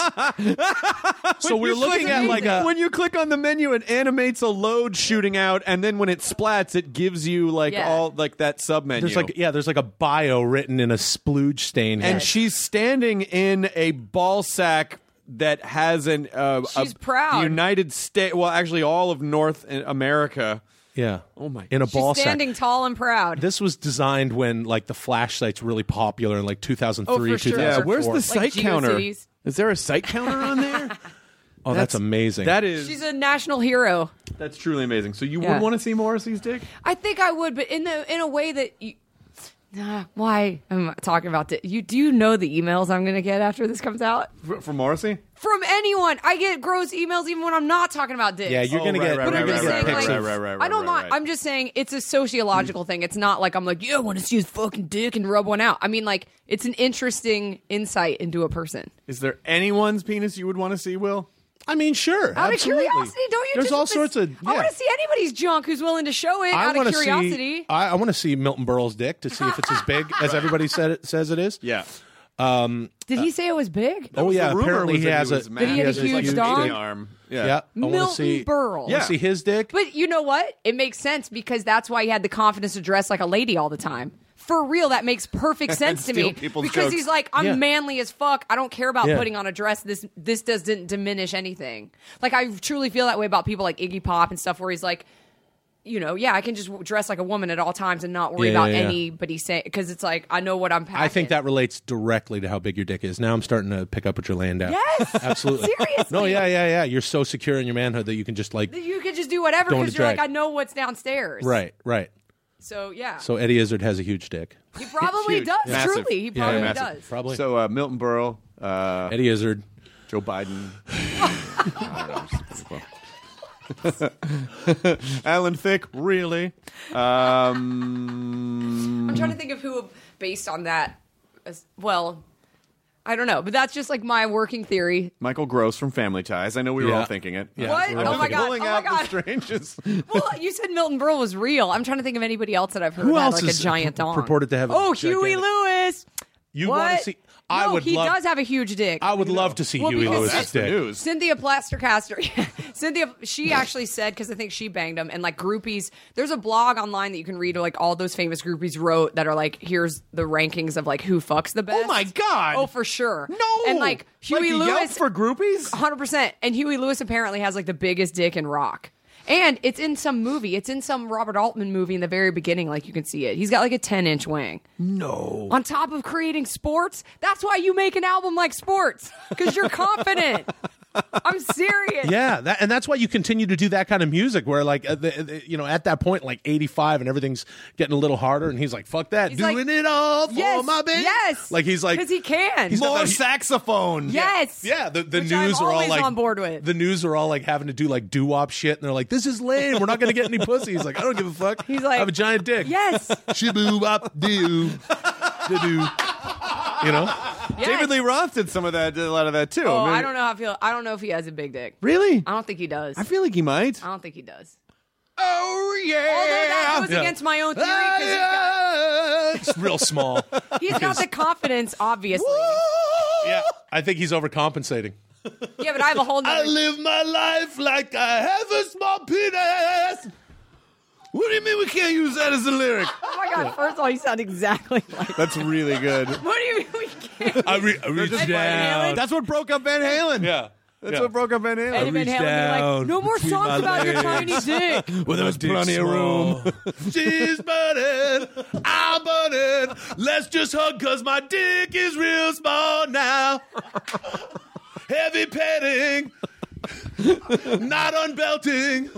so we're looking at like a when you click on the menu, it animates a load shooting out, and then when it splats, it gives you like Yeah. all like that sub menu. there's like yeah there's like a bio written in a splooge stain. here. and she's standing in a ball sack that has an uh, She's a proud. United States. Well, actually, all of North America. yeah, Oh my- in a She's ball sack. standing tall and proud. This was designed when like the flashlight's really popular in like 2003, Oh, for sure. Yeah, 2004. where's the site site Like counter? counter? GeoCities. Is there a site counter on there? Oh, that's, amazing. That is She's a national hero. that's truly amazing. So you Yeah. would want to see Morrissey's dick? I think I would, but in the in a way that you. Ah, why am I talking about this? You do know the emails I'm going to get after this comes out F- from Morrissey? from anyone. I get gross emails even when I'm not talking about dicks. yeah, you're Oh, gonna right, get right, you're right, gonna right, get right, pics right, of- right, right, right, I don't right, mind. right. I'm just saying it's a sociological thing. It's not like I'm like, yeah, I want to see his fucking dick and rub one out. I mean, like, it's an interesting insight into a person. Is there anyone's penis you would want to see, Will? I mean, sure. Out absolutely. of curiosity, don't you? There's just all want to- sorts of. I yeah. want to see anybody's junk who's willing to show it I out of wanna curiosity. See, uh, I, I want to see Milton Berle's dick to see if it's as big as everybody said it, says it is. Yeah. Did he say it was big? Oh was yeah. the rumor Apparently was he that has was a. mad. That he had a has huge dick. dong? arm. Yeah. I want Milton to see. Berle. I wanna see his dick. But you know what? It makes sense because that's why he had the confidence to dress like a lady all the time. For real, that makes perfect sense to me. Steal people's Because jokes. he's like, I'm Yeah. manly as fuck. I don't care about Yeah. putting on a dress. This this doesn't diminish anything. Like I truly feel that way about people like Iggy Pop and stuff, where he's like, you know, yeah, I can just w- dress like a woman at all times and not worry Yeah, about yeah, yeah. anybody saying because it's like I know what I'm. Packing. I think that relates directly to how big your dick is. Now I'm starting to pick up what you're laying down. Yes! absolutely. Seriously. No, yeah, yeah, yeah. You're so secure in your manhood that you can just like. you could just do whatever Don't because you're like, I detract. know what's downstairs. Right, right. So yeah, So Eddie Izzard has a huge dick. he probably Huge. does. Massive. Truly, he Yeah, probably yeah. does. Probably. So uh, Milton Berle, uh, Eddie Izzard. Joe Biden. I don't know, I'm just kidding. Well. Alan Thicke, really? Um, I'm trying to think of who based on that. As, well, I don't know, but that's just like my working theory. Michael Gross from Family Ties. I know we were Yeah. all thinking it. Yeah, What? we're Oh all my thinking god! Oh Pulling my out the god! strangest. Well, you said Milton Berle was real. I'm trying to think of anybody else that I've heard Who had else like is a giant pur- dong. purported to have a oh, Huey gigantic- Lewis. You what? want to see? I no, would he love. does have a huge dick. I would love to see Well, Huey because- Lewis's That's dick. the news. Cynthia Plastercaster, Cynthia, she actually said because I think she banged him and like groupies. There's a blog online that you can read like all those famous groupies wrote that are like here's the rankings of like who fucks the best. Oh my God. Oh for sure. No. And like Huey Yelp Lewis for groupies. hundred percent. And Huey Lewis apparently has like the biggest dick in rock. And it's in some movie. It's in some Robert Altman movie in the very beginning. Like you can see it. He's got like a ten inch wing. No. On top of creating sports, that's why you make an album like Sports because you're confident. I'm serious. Yeah, that, and that's why you continue to do that kind of music where, like, uh, the, the- you know, at that point, like 85 and everything's getting a little harder, and he's like, fuck that, He's doing like, it all for yes, my baby. yes. Like, he's like, Because he can. He's not that- saxophone. Yes. Yeah, the, the Which news I'm are all always like on board with. The news are all like having to do like doo wop shit, and they're like, "This is lame. We're not going to get any pussy." He's like, "I don't give a fuck." He's like, "I have a giant dick." Yes. Shiboo up doo doo. You know, Yes. David Lee Roth did some of that, did a lot of that too. Oh, mean- I don't know how I feel. I don't know if he has a big dick. Really? I don't think he does. I feel like he might. I don't think he does. Oh yeah. Although that goes against my own theory because he's got, it's real small. he's got the confidence, obviously. Yeah, I think he's overcompensating. Yeah, but I have a whole nother. live my life like I have a small penis. What do you mean we can't use that as a lyric? Oh my god! First of all, you sound exactly like. That's really good. What do you mean we can't? I, re- I reached down. That's what broke up Van Halen. yeah, That's yeah. what broke up Van Halen. Eddie Van reached Halen would be like, down no more between songs my about your tiny legs." dick. Well, there was plenty of room. She's burning, I'm burning. Let's just hug because my dick is real small now. Heavy petting, not unbelting.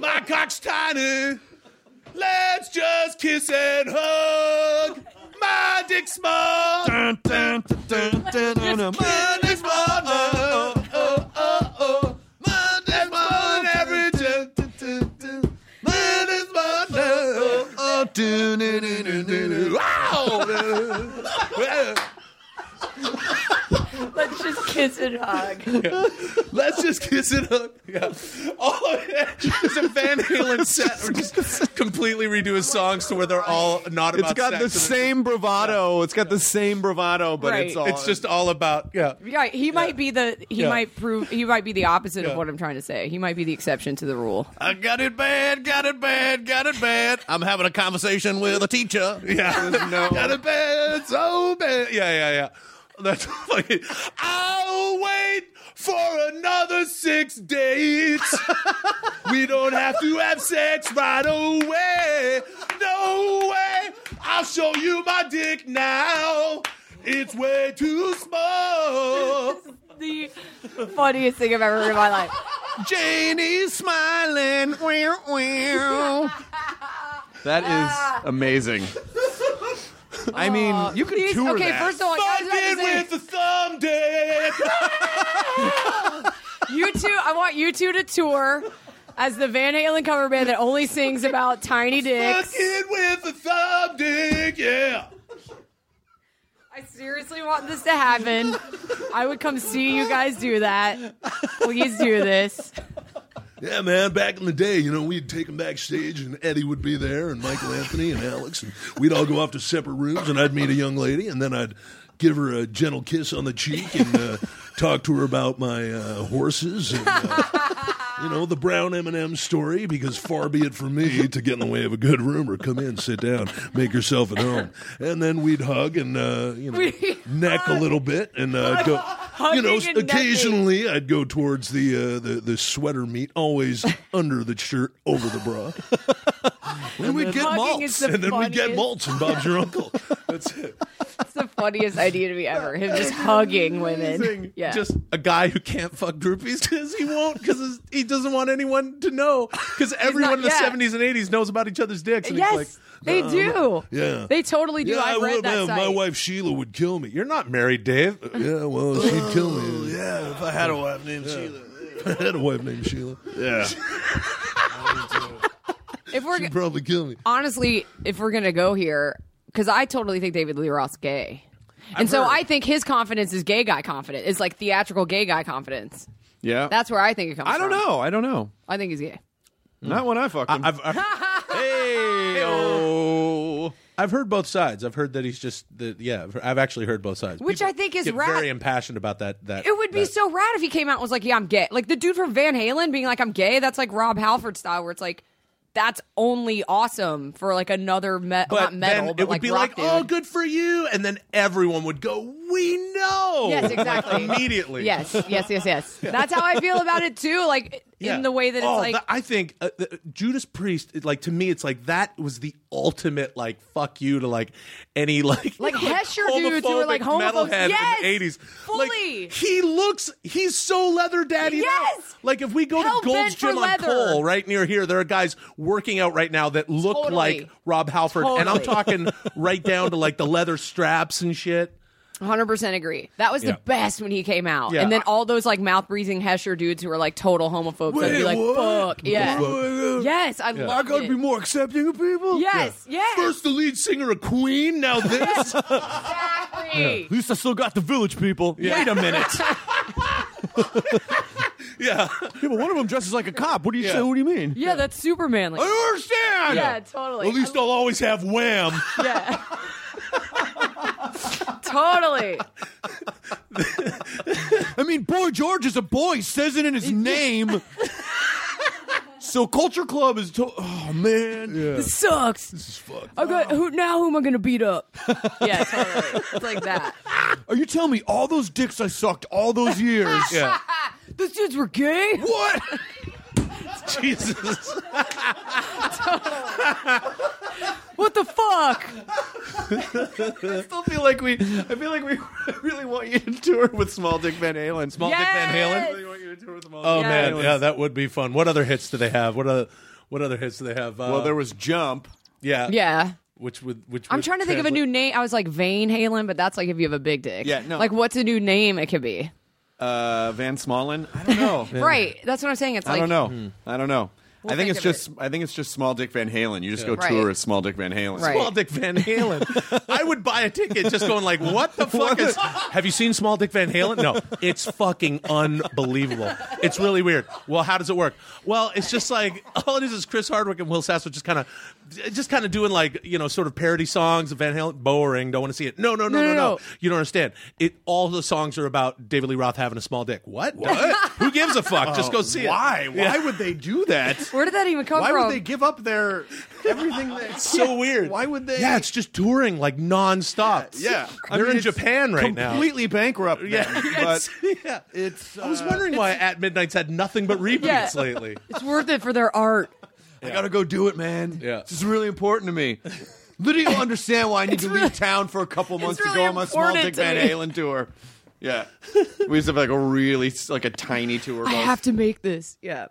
my, cock's tiny. Let's just kiss and hug. My dick's small. My dick's small. Oh, oh, oh, oh, oh. My dick's small and every Let's just kiss and hug. Let's just kiss it up. Yeah. All of it is a Van Halen set. Or just completely redo his songs to where they're all not about It's got the sex and same bravado. It's got the same bravado, but Right. it's all. It's just all about yeah. Yeah, he might be the he Yeah. might prove he might be the opposite Yeah. of what I'm trying to say. He might be the exception to the rule. I got it bad, got it bad, got it bad. I'm having a conversation with a teacher. Yeah, no- got it bad, so bad. Yeah, yeah, yeah. That's fucking. I'll wait for another six dates. we don't have to have sex right away. No way. I'll show you my dick now. It's way too small. The funniest thing I've ever heard in my life. Janie's smiling. Wow, wow. Ah. that is amazing. I mean, you could These- tour okay, that. first of all, I was about to Fucking say- with the thumb dick. you two, I want you two to tour as the Van Halen cover band that only sings about tiny dicks. Fucking with a thumb dick, yeah. I seriously want this to happen. I would come see you guys do that. Please do this. Yeah, man. Back in the day, you know, we'd take them backstage, and Eddie would be there, and Michael Anthony, and Alex, and we'd all go off to separate rooms, and I'd meet a young lady, and then I'd give her a gentle kiss on the cheek and uh, talk to her about my uh, horses and. Uh, You know the brown M and M story, because far be it from me to get in the way of a good rumor. Come in, sit down, make yourself at home, and then we'd hug and uh, you know We- neck a little bit and uh, go. You know, Hugging and occasionally I'd go towards the uh, the the sweater meat, always under the shirt, over the bra. and we'd get Hugging is malts, the and then we'd get funniest. malts, and Bob's your uncle. That's it. It's the funniest idea to me ever. Him just hugging women. Yeah. Just a guy who can't fuck groupies because he won't because he doesn't want anyone to know because everyone in the yeah. seventies and eighties knows about each other's dicks. And yes, he's like, um, they do. yeah. They totally do. Yeah, I've read would. that man. My site. wife Sheila would kill me. You're not married, Dave. "Uh, Yeah, well, she'd kill me. Oh, Yeah, if I had a wife named Sheila. If I had a wife named Sheila. Yeah, If we're she'd probably kill me. honestly, if we're gonna go here, because I totally think David Lee Roth's gay, and so I think his confidence is gay guy confident. It's like theatrical gay guy confidence. yeah, That's where I think it comes. I don't from. know. I don't know. I think he's gay. Not when I fuck him. I've, I've, hey, oh. I've heard both sides. I've heard that he's just the yeah. I've- I've actually heard both sides, Which I think is get rad. very impassioned about that. That It would be that- so rad if he came out and was like, "Yeah, I'm gay." Like the dude from Van Halen being like, "I'm gay." That's like Rob Halford style, where it's like. That's only awesome for like another me- not metal, then but it would like be rock like, dude. oh, good for you, and then everyone would go, we know. Yes, exactly. Like, immediately. Yes, yes, yes, yes. That's how I feel about it too. Like Yeah. in the way that it's Oh, like I think uh, the, Judas Priest. it- Like to me, it's like that was the ultimate like fuck you to like any like Like, Hesher dudes who were, like, homophobic homophobes. metalhead Yes! in the eighties. Fully! Like, he looks. He's so leather daddy. Yes! Like if we go Hell-bent to Gold's for Gym on leather. Cole, right near here, there are guys working out right now that look Totally. like Rob Halford, and I'm Totally. talking right down to like the leather straps and shit. 100% agree. That was Yeah. the best when he came out. Yeah. And then all those like mouth breathing Hesher dudes who are like total homophobes that'd be like, fuck. Yeah. Yes, I Yeah. love it. more accepting of people. Yes, yes. First, the lead singer of Queen. Now this. Exactly. least I still got the village people. Wait a minute. yeah. Yeah, but one of them dresses like a cop. What do you Yeah. say? What do you mean? Yeah, that's super manly. I don't understand. Yeah, totally. At least I'll always have Wham. Yeah. totally. I mean, boy George is a boy. Says it in his name. so culture club is. To- oh man. This sucks. This is fucked. I got who now who am I gonna beat up? yeah, totally. It's like that. Are you telling me all those dicks I sucked all those years? Yeah. Those dudes were gay? what? Jesus. What the fuck? I still feel like we. I feel like we really want you to tour with Small Dick Van Halen. Small Dick Van Halen? really want you to tour with Small Oh Dick man, Van Halen. yeah, that would be fun. What other hits do they have? What other what other hits do they have? Uh, Well, there was Jump. yeah, Yeah. Which would which I'm would trying to think of a new translate- name. I was like Vane Halen, but that's like if you have a big dick. Yeah, no. Like what's a new name it could be? Uh, Van Smalen. I don't know. Right. That's what I'm saying. It's I like Hmm. don't know. I don't know. I think, think it's of just. I think it's just Small Dick Van Halen. You just go Right. tour as Small Dick Van Halen. Right. Small Dick Van Halen. I would buy a ticket just going like, what the fuck is? Have you seen Small Dick Van Halen? No, it's fucking unbelievable. It's really weird. Well, how does it work? Well, it's just like all it is is Chris Hardwick and Will Sasso just kind of, just kind of doing like you know sort of parody songs of Van Halen. Boring. Don't want to see it. No, no, no, no, no, no. no. You don't understand. It all the songs are about David Lee Roth having a small dick. What? What? Who gives a fuck? just go see Oh, Why? it. Why Yeah. would they do that? Where did that even come Why from? would they give up their everything? That, It's so weird. Why would they? Yeah, it's just touring like nonstop. yeah. I they're mean, in it's Japan right now. Completely bankrupt. Yeah, them, it's- but yeah. It's. I was uh, wondering why At Midnight's had nothing but repeats Yeah. lately. It's worth it for their art. I gotta go do it, man. Yeah. this is really important to me. Lydia will understand why I need to leave town for a couple months to really go on my small important Dick to Van me. Halen tour. Yeah, we used to have like a really like a tiny tour. I bus. have to make this. Yeah.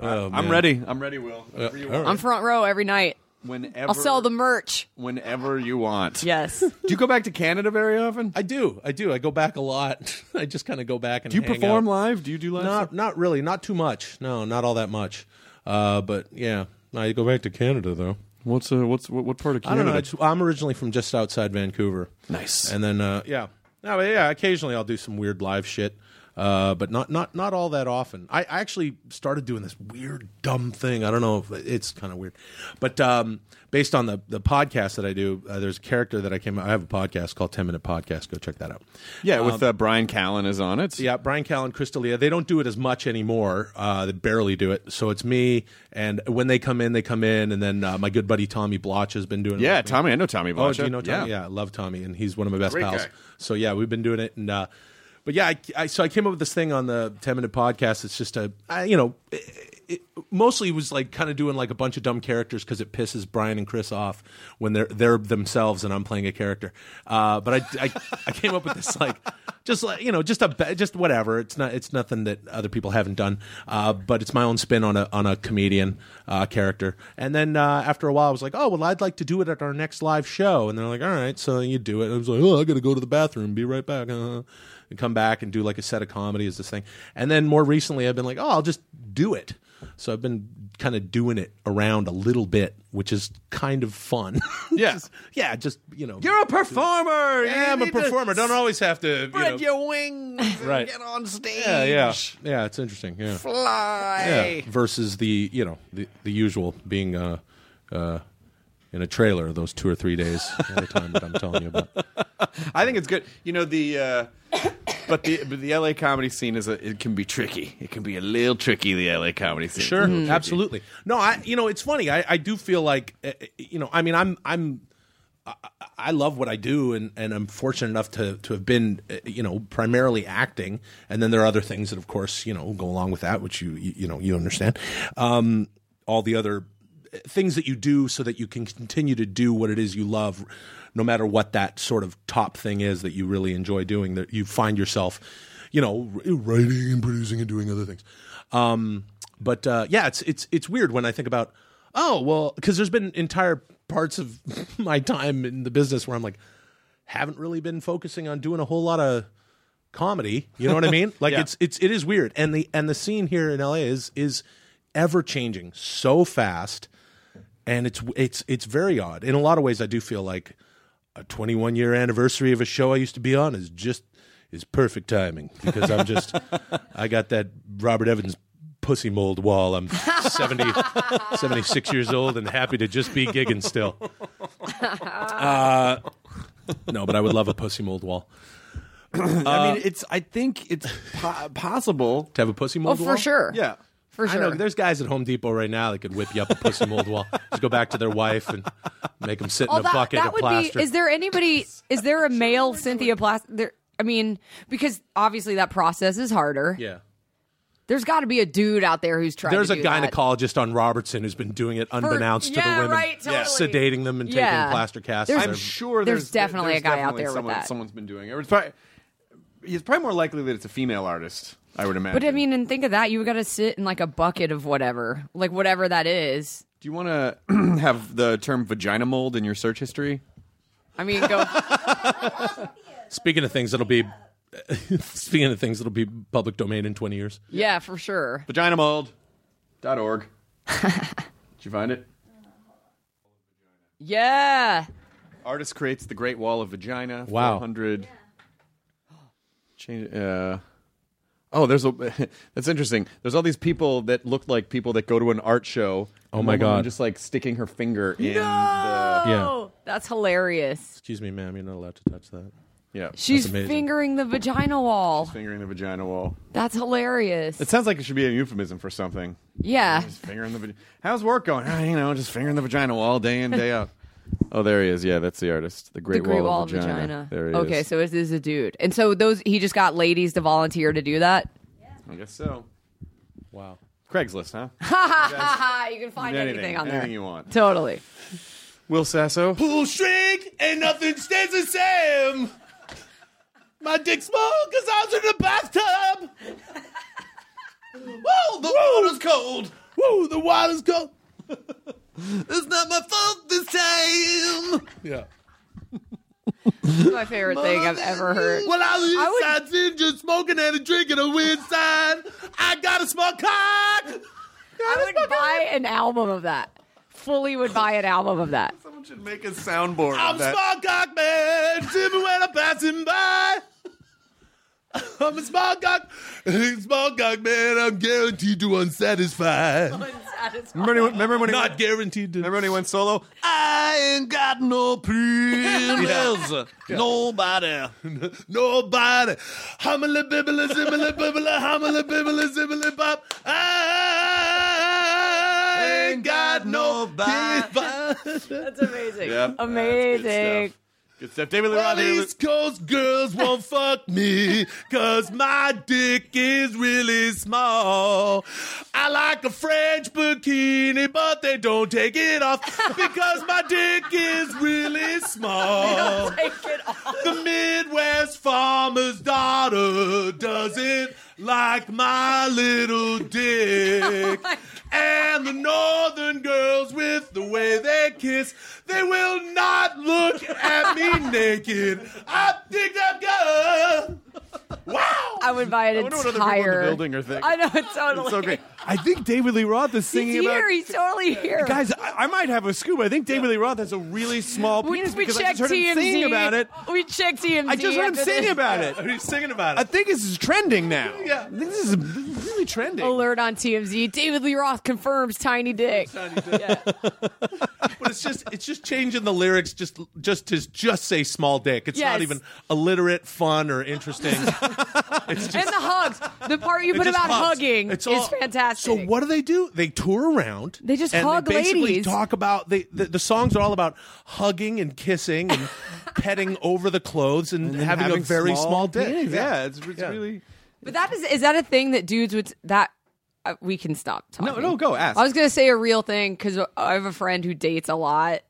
I'm ready. I'm ready, Will. Uh, Whenever you want. I'm front row every night. Whenever I'll sell the merch. Oh, whenever you want. Yes. Do you go back to Canada very often? I do. I do. I go back a lot. I just kind of go back and Do you hang perform out. live? Do you do live? Not stuff? not really. Not too much. No, not all that much. Uh, but yeah, I go back to Canada though. What's uh, what's what, what part of I Canada? don't know. I just, I'm originally from just outside Vancouver. Nice. And then uh, yeah, no, but yeah. Occasionally I'll do some weird live shit, uh, but not not not all that often. I, I actually started doing this weird dumb thing. I don't know if it's kind of weird, but um, based on the the podcast that I do, uh, there's a character that I came. I have a podcast called Ten Minute Podcast. Go check that out. yeah, with uh, Brian Callen is on it. um, Yeah, Brian Callen, Crystalia, they don't do it as much anymore. Uh, they barely do it. So it's me, and when they come in, they come in, and then uh, my good buddy Tommy Blotch has been doing it. yeah, with me. Tommy. I know Tommy. Oh, Blasha. do you know Tommy? Yeah. I love Tommy, and he's one of my best Great pals. guy. So yeah, we've been doing it, and uh, but yeah, I, I, so I came up with this thing on the ten minute podcast. It's just a, I, you know, it, it mostly was like kind of doing like a bunch of dumb characters because it pisses Brian and Chris off when they're they're themselves and I'm playing a character. Uh, but I, I I came up with this like just like you know just a ba- just whatever. It's not it's nothing that other people haven't done, uh, but it's my own spin on a on a comedian uh, character. And then uh, after a while, I was like, oh well, I'd like to do it at our next live show. And they're like, all right, so you do it. I was like, oh, I got to go to the bathroom. Be right back. Uh, and come back and do like a set of comedy as this thing. And then more recently, I've been like, oh, I'll just do it. So I've been kind of doing it around a little bit, which is kind of fun. Yeah. Just- yeah, just you know, You're a performer. yeah, I'm a performer. Don't always have to you know- spread your wings. Right. And get on stage. yeah, yeah, yeah. It's interesting. Yeah, yeah. Fly. Versus the you know the, the usual being uh, uh, in a trailer those two or three days at a time that I'm telling you about. I think it's good. You know the. Uh, but the but the LA comedy scene is a, it can be tricky. It can be a little tricky. The LA comedy scene. Sure, uh, absolutely. No, I you know it's funny. I, I do feel like uh, you know. I mean, I'm I'm I, I- I love what I do, and, and I'm fortunate enough to to have been, uh, you know, primarily acting, and then there are other things that, of course, you know, go along with that, which you you, you know you understand, um, all the other uh, things that you do so that you can continue to do what it is you love no matter what that sort of top thing is that you really enjoy doing that you find yourself you know r- writing and producing and doing other things um but uh yeah it's it's it's weird when i think about oh well cuz there's been entire parts of my time in the business where i'm like haven't really been focusing on doing a whole lot of comedy. You know what I mean? Like Yeah. it's it's it is weird, and the and the scene here in LA is is ever changing so fast, and it's it's it's very odd. In a lot of ways, I do feel like a 21 year anniversary of a show I used to be on is just is perfect timing because I'm just I got that Robert Evans pussy mold wall. I'm 70, 76 years old and happy to just be gigging still. Uh, no, but I would love a pussy mold wall. I mean, it's. I think it's po- possible to have a pussy mold Oh, for wall? sure. Yeah. For I know sure. there's guys at Home Depot right now that could whip you up a pussy mold wall. Just go back to their wife and make them sit in Oh, a bucket of plaster. Be, is there anybody? Is there a male Cynthia Plaster? There, I mean, because obviously that process is harder. yeah. There's got to be a dude out there who's trying. There's to a do that. gynecologist on Robertson who's been doing it unbeknownst to yeah, the women, right, Yeah. totally. sedating them and Yeah. taking plaster casts. There's- of I'm their- sure There's there's, definitely there's a guy out definitely there with someone- that. Someone's been doing it. It's probably, it's probably more likely that it's a female artist. I would imagine. But I mean, and think of that. You got to sit in like a bucket of whatever, like whatever that is. do you want to have the term vagina mold in your search history? I mean, go. Speaking of things that'll be speaking of things that'll be public domain in 20 years. yeah, for sure. Vaginamold.org. Did you find it? Yeah. Artist creates the Great Wall of Vagina. Wow. 400. Change. Uh, oh, there's a. that's interesting. There's all these people that look like people that go to an art show. Oh and my the woman God. Just like sticking her finger No! in. The, Yeah. Oh, That's hilarious. Excuse me, ma'am, you're not allowed to touch that. yeah. She's amazing. fingering the vagina wall. fingering the vagina wall. That's hilarious. It sounds like it should be a euphemism for something. yeah. Just fingering the. vag- How's work going? Ah, you know, just fingering the vagina wall day in day out. Oh, there he is. Yeah, that's the artist. The The Great, Great Wall, of of vagina. There he okay, is. so it is a dude, and so those he just got ladies to volunteer to do that. I guess so. Wow. Craigslist, huh? Ha you can find anything, on there. you want. Totally. Will Sasso. Pull string and nothing stays the same. My dick's small because I was in the bathtub. Whoa, the water's cold. Whoa, the water's cold. It's not my fault this time. Yeah. It's my favorite thing I've ever heard. Well, I was I inside too, just smoking and a drink and a weird side. I got a small cock. I would buy an album of that. Fully would buy an album of that. Someone should make a soundboard. I'm of that. small cock man. See me when I'm passing by. I'm a small cock, small cock man. I'm guaranteed to unsatisfy. Remember when, remember when he Not went, guaranteed to. remember when he went solo? I ain't got no privilege. Nobody. Nobody. Hamala bibbala zibbala bibbala hamala bibbala zibbala bop. I ain't got nobody. That's amazing. Yep. Amazing. Good stuff. David Lee Well, Roth. David- East Coast girls won't fuck me Cause my dick is really small I like a French bikini But they don't take it off Because my dick is really small Take it off. The Midwest farmer's daughter Doesn't like my little dick and the northern girls with the way they kiss, they will not look at me naked. I think that good. Wow. I would buy an wonder what other people in the entire building are thinking. I know it's totally. It's so great. I think David Lee Roth is He's singing about. here. He's totally here. Guys, I, I might have a scoop. I think David Lee Roth has a really small we, penis we because I checked just heard him singing TMZ about it. We checked TMZ. I just heard him after singing this. about it. He's singing about I it. think this is trending now. Yeah. This is, this is really trending. Alert on TMZ. David Lee Roth confirms tiny dick. but it's just it's just changing the lyrics just just to just say small dick. It's Yes. not even alliterate, fun, or interesting. it's just, and the hugs. The part you it put just about hugs. hugging It's is all- fantastic. So what do they do? They tour around. They just and hug they basically ladies. Talk about they, the the songs are all about hugging and kissing and petting over the clothes and, then having, having a very small- small, dick. Yeah, yeah, it's- it's really- But that is is that a thing that dudes would that uh, we can stop talking. Oh, no, go, ask. I was gonna say a real thing because I have a friend who dates a lot.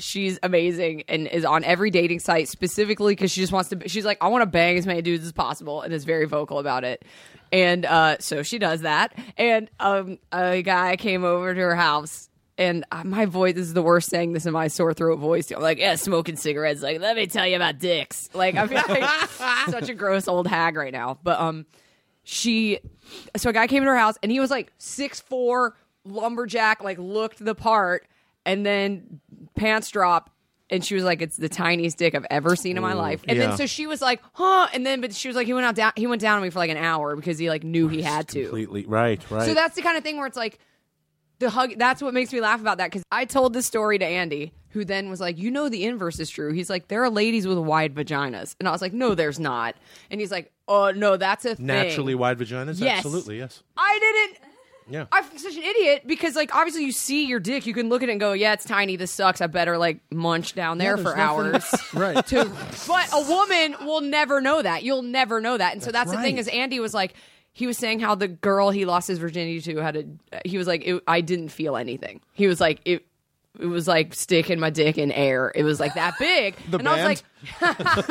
She's amazing and is on every dating site specifically because she just wants to. She's like, I want to bang as many dudes as possible and is very vocal about it. And uh, so she does that. And um, a guy came over to her house. And uh, my voice this is the worst saying this in my sore throat voice. I'm like, yeah, smoking cigarettes. Like, let me tell you about dicks. Like, I feel like such a gross old hag right now. But um, she so a guy came to her house and he was like six four lumberjack like looked the part and then pants drop and she was like it's the tiniest dick i've ever seen in my life and yeah. then so she was like huh and then but she was like he went out down he went down on me for like an hour because he like knew he had to Completely right, right. so that's the kind of thing where it's like the hug. That's what makes me laugh about that because I told this story to Andy, who then was like, "You know, the inverse is true." He's like, "There are ladies with wide vaginas," and I was like, "No, there's not." And he's like, "Oh no, that's a thing." naturally wide vaginas. Yes. Absolutely, yes. I didn't. Yeah. I'm such an idiot because, like, obviously, you see your dick, you can look at it and go, "Yeah, it's tiny. This sucks. I better like munch down there for hours." right. to but a woman will never know that you'll never know that and so that's, That's the thing right. is andy was like he was saying how the girl he lost his virginity to had a he was like it, i didn't feel anything he was like it it was like sticking my dick in air. It was like that big. and I was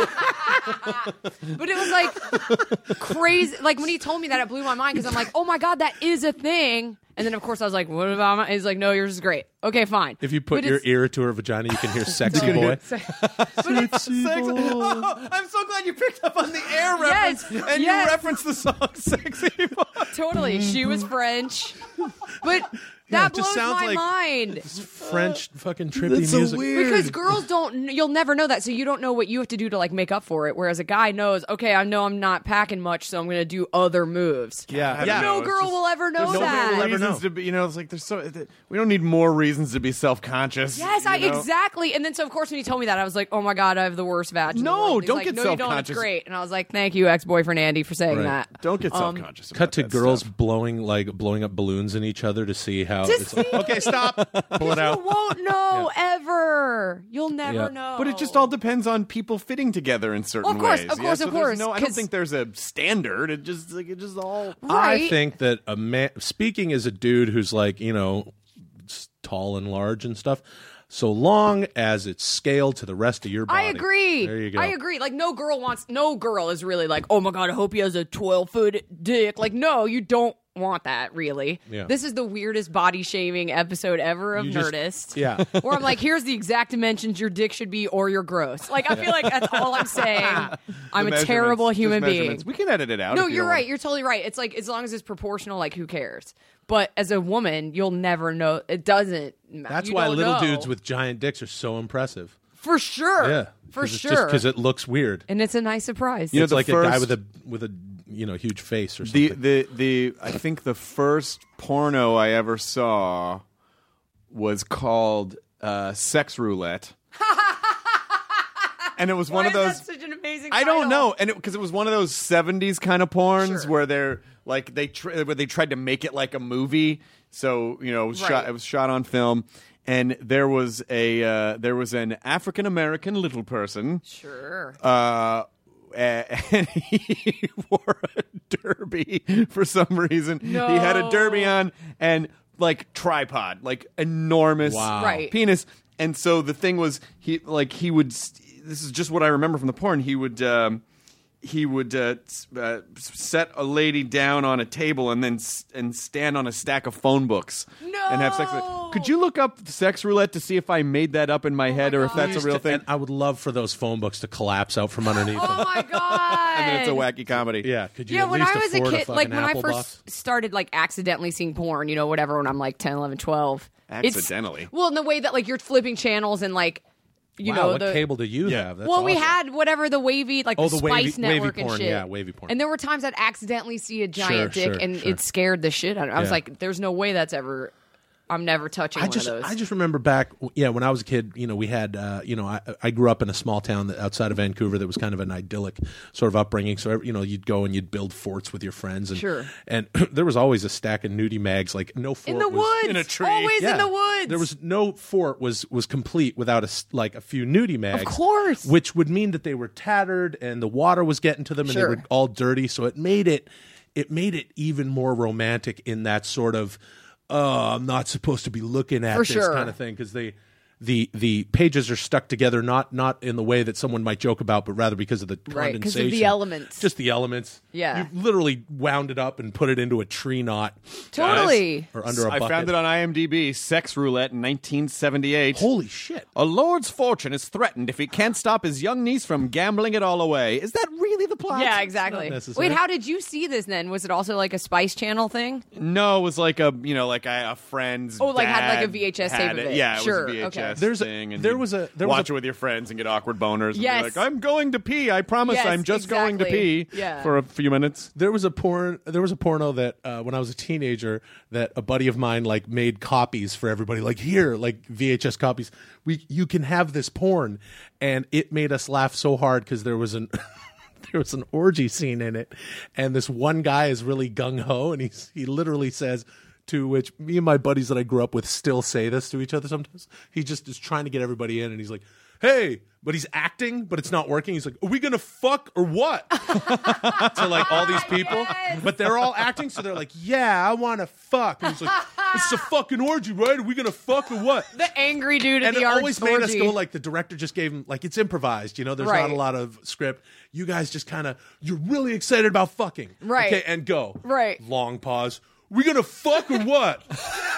like, but it was like crazy. Like when he told me that, it blew my mind because I'm like, oh my God, that is a thing. And then, of course, I was like, what about my? He's like, no, yours is great. Okay, fine. If you put But your it's- ear to her vagina, you can hear sexy You boy. can Sexy Oh, I'm so glad you picked up on the air reference Yes, and yes. you referenced the song "Sexy Boy." Totally. She was French. But that it blows just sounds my like- mind. French fucking trippy music. Because girls don't kn- you'll never know that, so you don't know what you have to do to like make up for it. Whereas a guy knows, okay, I know I'm not packing much, so I'm gonna do other moves. Yeah, Yeah. No girl will ever know There's that. No will ever reasons to know. be, you know, it's like there's so th- we don't need more reasons to be self-conscious. Yes, you I know? exactly. And then so of course when he told me that, I was like, oh my god, I have the worst vag. in the No, world. He's don't like, get no, you don't. It's self-conscious. great. And I was like, thank you, ex boyfriend Andy, for saying Right. that. Don't get Um, self-conscious. about Cut to that girls stuff. blowing like blowing up balloons in each other to see how. To it's like, see- okay, stop. Pull it You out. won't know ever. You'll never Yeah. know. But it just all depends on people fitting together in certain Oh. Of course, ways. of yeah? course, So of there's course, No, I don't 'cause- think there's a standard. It just like it just all. Right. I think that a man speaking as a dude who's like you know s- tall and large and stuff. So long as it's scaled to the rest of your body. I agree. There you go. I agree. Like no girl wants no girl is really like, oh my god, I hope he has a twelve foot dick. Like no, you don't want that really. Yeah. This is the weirdest body shaming episode ever of You just- Nerdist. Yeah. Where I'm like, here's the exact dimensions your dick should be, or you're gross. Like I feel like that's all I'm saying. I'm The a terrible measurements, just human being. measurements. We can edit it out. No, if you you're don't right. want- You're totally right. It's like as long as it's proportional, like who cares? But as a woman, you'll never know. It doesn't. ma- That's you why don't little know. dudes with giant dicks are so impressive. for sure, Yeah, for 'Cause it's sure, because it looks weird. and it's a nice surprise. You know, it's the like a guy first- with a with a you know huge face or the something. the the I think the first porno I ever saw was called uh, Sex Roulette, and it was one of Why those. is that such an amazing I title? don't know, and because it, was one of those '70s kind of porns where they're like they tr- where they tried to make it like a movie. So you know, it was shot Right. it was shot on film, and there was a uh, there was an African American little person. Sure. Uh, and he wore a derby for some reason. He had a derby No. on and like tripod, like enormous Wow. Right. penis. And so the thing was, he like he would. s- This is just what I remember from the porn. He would. Um, he would uh, s- uh, s- set a lady down on a table and then s- and stand on a stack of phone books and have sex with. No. Oh Could you look up sex roulette to see if I made that up in my head or if that's a real thing? And I would love for those phone books to collapse out from underneath oh them. my god. and then it's a wacky comedy. Yeah, could you yeah, at when least I was a afford kid, fucking like when I Apple first box? started like accidentally seeing porn, you know, whatever, when I'm like 10, 11, 12. it's- Accidentally? well, in the way that like you're flipping channels and like you Wow, know what the cable do you have? That's well, we awesome. had whatever the wavy like Oh, the, the wavy- Spice Network wavy porn, and shit. yeah, wavy porn. And there were times I'd accidentally see a giant Sure, dick, sure, and sure. it scared the shit out of me. I was Yeah. like, "There's no way that's ever. I'm never touching I one just of those." I just remember back yeah when I was a kid you know we had uh, you know I, I grew up in a small town that outside of Vancouver that was kind of an idyllic sort of upbringing so every- you know you'd go and you'd build forts with your friends and Sure. and there was always a stack of nudie mags like no fort in the was- woods, always in Yeah. the woods. There was no fort was was complete without a s- like a few nudie mags. course. which would mean that they were tattered and the water was getting to them and Sure. they were all dirty. So it made it it made it even more romantic in that sort of oh, I'm not supposed to be looking at For this sure. kind of thing because they. The, the pages are stuck together not not in the way that someone might joke about but rather because of the Right, 'cause of the condensation elements. just the elements Yeah. you literally wound it up and put it into a tree knot Totally. or under a I bucket found it on IMDb. Sex roulette in 1978. holy shit A lord's fortune is threatened if he can't stop his young niece from gambling it all away. Is that really the plot? yeah, exactly. necessary. Wait, how did you see this then? Was it also like a Spice Channel thing? No, it was like a you know like a, a friend's. Oh, like had, like, a dad VHS had tape of it. Yeah, Sure, it was a okay. VHS There's a- thing. and there you'd was a- there was watch a- it with your friends and get awkward boners. and be Yes. like I'm going to pee. I promise. Yes, I'm just going to exactly. pee. Yeah. for a few minutes. there was a porn there was a porno that uh, when I was a teenager that a buddy of mine like made copies for everybody like here like VHS copies we you can have this porn and it made us laugh so hard cuz there was an there was an orgy scene in it and this one guy is really gung ho and he's he literally says to which me and my buddies that I grew up with still say this to each other sometimes he just is trying to get everybody in and he's like Hey, but he's acting, but it's not working. He's like, "Are we gonna fuck or what?" to like all these people, but they're all acting, so they're like, "Yeah, I want to fuck." And it's like, "It's a fucking orgy, right? Are we gonna fuck or what?" The angry dude at and the it art always made us orgy. go like the director just gave him like it's improvised, you know. There's Right. not a lot of script. You guys just kind of you're really excited about fucking, Right. Okay, and go Right. Long pause. We gonna fuck or what?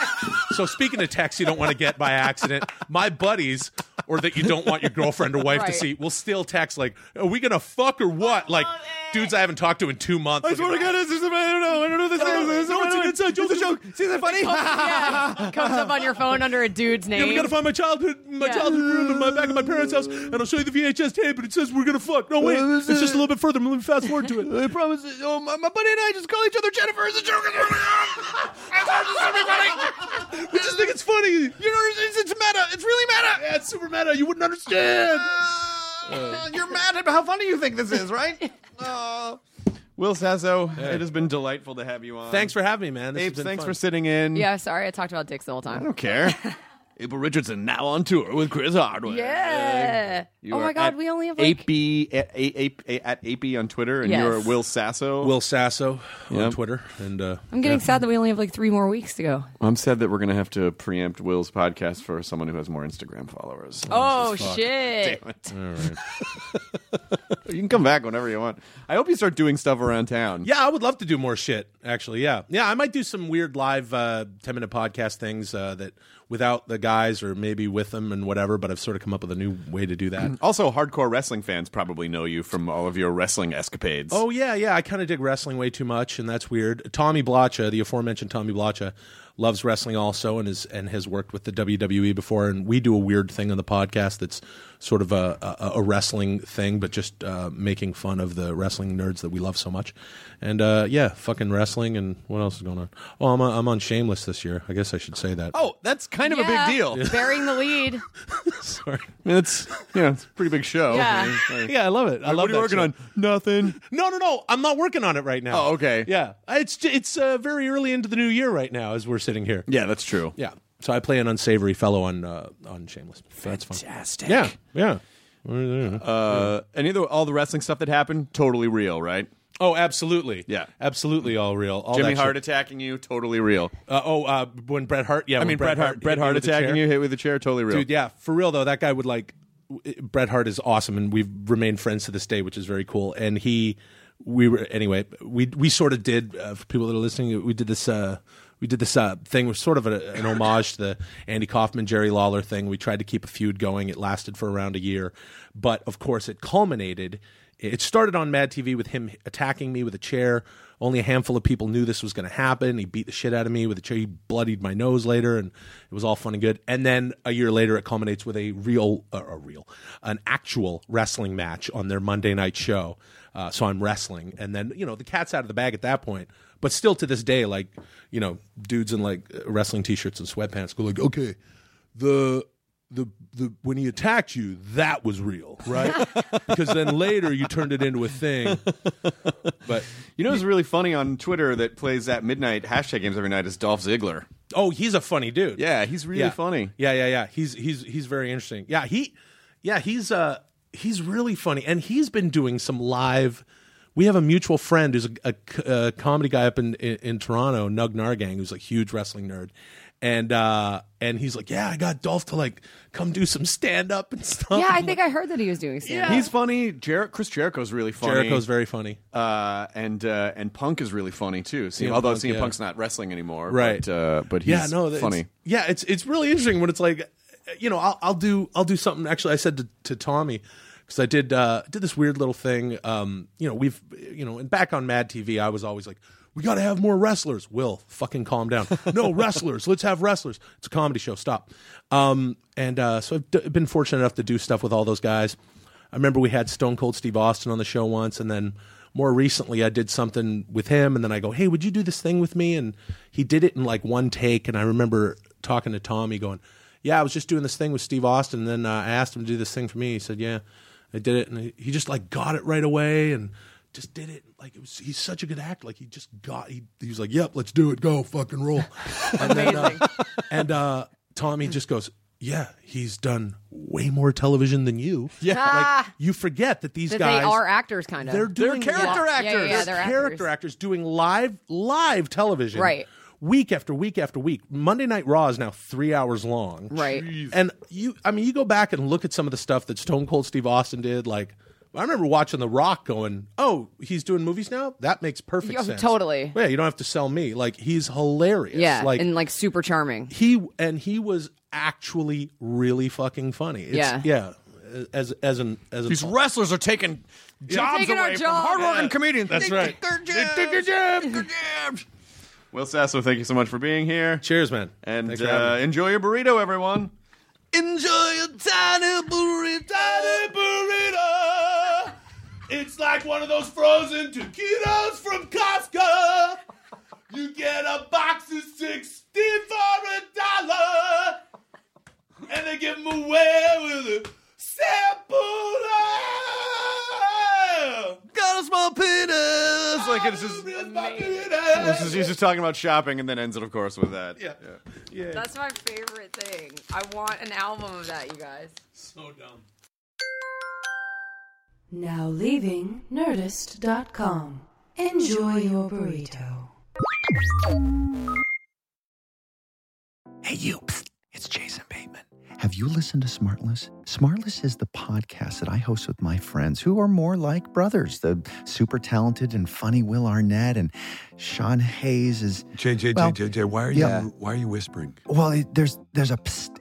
so speaking of texts you don't want to get by accident, my buddies or that you don't want your girlfriend or wife to Right. see will still text like, "Are we gonna fuck or what?" Like dudes I haven't talked to in two months. I swear to God, this is I don't know. I don't know this don't is. know. This is- No, it's an inside joke. It's a joke. See that funny? yeah, comes up on your phone under a dude's name. Yeah, we gotta find my childhood, my Yeah. childhood room in my back of my parents' house, and I'll show you the VHS tape, and it says we're gonna fuck. No wait, it's just a little bit further. Let me fast forward to it. I promise. Oh, my, my buddy and I just call each other Jennifer. It's a joke. It's funny. We just think it's funny. You know, it's, it's meta. It's really meta. yeah, it's super meta. You wouldn't understand. Uh, you're mad at how funny you think this is, right? Uh, Will Sasso, it has been delightful to have you on. Thanks for having me, man. This Apes, has been thanks fun. for sitting in. yeah, sorry, I talked about dicks the whole I time. don't care. Abel Richardson now on tour with Chris Hardwick. Yeah. You oh are my God, at we only have like AP, at, a, a, a, at AP on Twitter, and Yes. you're Will Sasso. Will Sasso on Yep. Twitter, and uh, I'm getting sad that we only have like three more weeks to go. I'm sad that we're going to have to preempt Will's podcast for someone who has more Instagram followers. Oh shit! You can come back whenever you want. I hope you start doing stuff around town. Yeah, I would love to do more shit. Actually, yeah, yeah, I might do some weird live uh, ten minute podcast things uh, that without the guys or maybe with them and whatever. But I've sort of come up with a new way to do that. Also, hardcore wrestling fans probably know you from all of your wrestling escapades. Oh yeah, yeah. I kind of dig wrestling way too much, and that's weird. Tommy Blacha, the aforementioned Tommy Blacha, loves wrestling also, and is and has worked with the WWE before. And we do a weird thing on the podcast that's sort of a a, a wrestling thing, but just uh, making fun of the wrestling nerds that we love so much. And uh, yeah, fucking wrestling. And what else is going on? Oh, I'm on, I'm on Shameless this year. I guess I should say that. Oh, that's kind of a big deal. Burying the lead. sorry. It's yeah, it's a pretty big show. Yeah. Yeah, I love it. I what are love. you that working shit. on? Nothing. No, no, no. I'm not working on it right now. Oh, okay. Yeah, it's it's uh, very early into the new year right now as we're sitting here. Yeah, that's true. Yeah. So I play an unsavory fellow on uh, on Shameless. So That's fun. Fantastic. Yeah. Yeah. Uh, any of the all the wrestling stuff that happened, totally real, right? Oh, absolutely. Yeah. Absolutely all real. All Jimmy that Hart shit. attacking you, totally real. Uh, oh, uh, when Bret Hart. Yeah. I when mean, Bret Hart, Bret hit me Hart with the attacking chair. you, hit with a chair, totally real. Dude, yeah. For real though, that guy would like. w- Bret Hart is awesome, and we've remained friends to this day, which is very cool. And he, we were anyway. We we sort of did uh, for people that are listening. We did this. Uh, we did this uh, thing was sort of a, an homage to the Andy Kaufman Jerry Lawler thing. We tried to keep a feud going. It lasted for around a year, but of course, it culminated It started on Mad TV with him attacking me with a chair. Only a handful of people knew this was going to happen. He beat the shit out of me with a chair. He bloodied my nose later, and it was all fun and good. And then a year later, it culminates with a real, uh, a real, an actual wrestling match on their Monday night show. Uh, so I'm wrestling, and then you know the cat's out of the bag at that point. But still, to this day, like you know, dudes in like wrestling t-shirts and sweatpants go like, okay, the the the when he attacked you, that was real, right? because then later you turned it into a thing. But you know what's really funny on Twitter that plays at midnight hashtag games every night is Dolph Ziggler. Oh, he's a funny dude. Yeah, he's really Yeah. funny. Yeah, yeah, yeah. He's he's he's very interesting. Yeah, he yeah, he's uh he's really funny and he's been doing some live we have a mutual friend who's a, a c- a comedy guy up in, in in Toronto, Nug Nargang, who's a huge wrestling nerd. And uh and he's like, "Yeah, I got Dolph to like come do some stand up and stuff." Yeah, I think I heard that he was doing stand He's funny. Jer- Chris Jericho's really funny. Jericho's very funny. uh, and uh, and Punk is really funny too. See, CM although Punk, CM yeah. Punk's not wrestling anymore, Right. But, uh, but he's yeah, no, that's- funny. Yeah, it's it's really interesting when it's like, you know, I'll, I'll do I'll do something. Actually, I said to, to Tommy because I did uh, did this weird little thing. Um, you know, we've you know, and back on Mad TV, I was always like. We got to have more wrestlers. Will, fucking calm down. No wrestlers. Let's have wrestlers. It's a comedy show. Stop. Um, and uh, so I've d- been fortunate enough to do stuff with all those guys. I remember we had Stone Cold Steve Austin on the show once, and then more recently I did something with him, and then I go, "Hey, would you do this thing with me?" And he did it in like one take, and I remember talking to Tommy, going, "Yeah, I was just doing this thing with Steve Austin, and then uh, I asked him to do this thing for me." He said, "Yeah, I did it," and he- he just like got it right away, and just did it like it was he's such a good actor like he just got he, he was like yep let's do it go fucking roll and then uh, and uh tommy just goes yeah he's done way more television than you Ah. like you forget that these that guys they are actors, kind of. they're doing character Yeah, yeah, actors. yeah, they're they're character actors doing live live television Right. week after week after week monday night raw is now three hours long Right. and you i mean you go back and look at some of the stuff that stone cold steve austin did like I remember watching The Rock going, "Oh, he's doing movies now. That makes perfect Yeah, sense." totally. Yeah, you don't have to sell me. Like he's hilarious. Yeah, like and like super charming. he and he was actually really fucking funny. It's, Yeah. yeah. As as an as an These wrestlers are taking jobs taking our away from jobs. hardworking Yeah. comedians. That's They right. took their jobs. Their jobs. Will Sasso, thank you so much for being here. Cheers, man. And Thanks for having uh, me. enjoy your burrito, everyone. Enjoy your tiny burrito. Tiny burrito. It's like one of those frozen taquitos from Costco. You get a box of 60 for a dollar. And they give them away with a sample. Got a small penis. Like it's just. This is, he's just talking about shopping and then ends it, of course, with that. Yeah. That's my favorite thing. I want an album of that, you guys. Now leaving Nerdist.com. Enjoy your burrito. Hey, you. Psst. It's Jason Bateman. Have you listened to Smartless? Smartless is the podcast that I host with my friends who are more like brothers. The super talented and funny Will Arnett and Sean Hayes is. JJ, Well, JJ, JJ, why are yeah. you why are you whispering? Well, it, there's there's a psst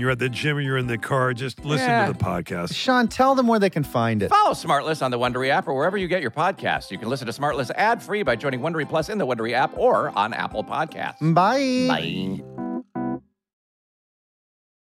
you're at the gym or you're in the car, just listen Yeah. to the podcast. Sean, tell them where they can find it. Follow Smartless on the Wondery app or wherever you get your podcasts. You can listen to Smartless ad free by joining Wondery Plus in the Wondery app or on Apple Podcasts. Bye. Bye.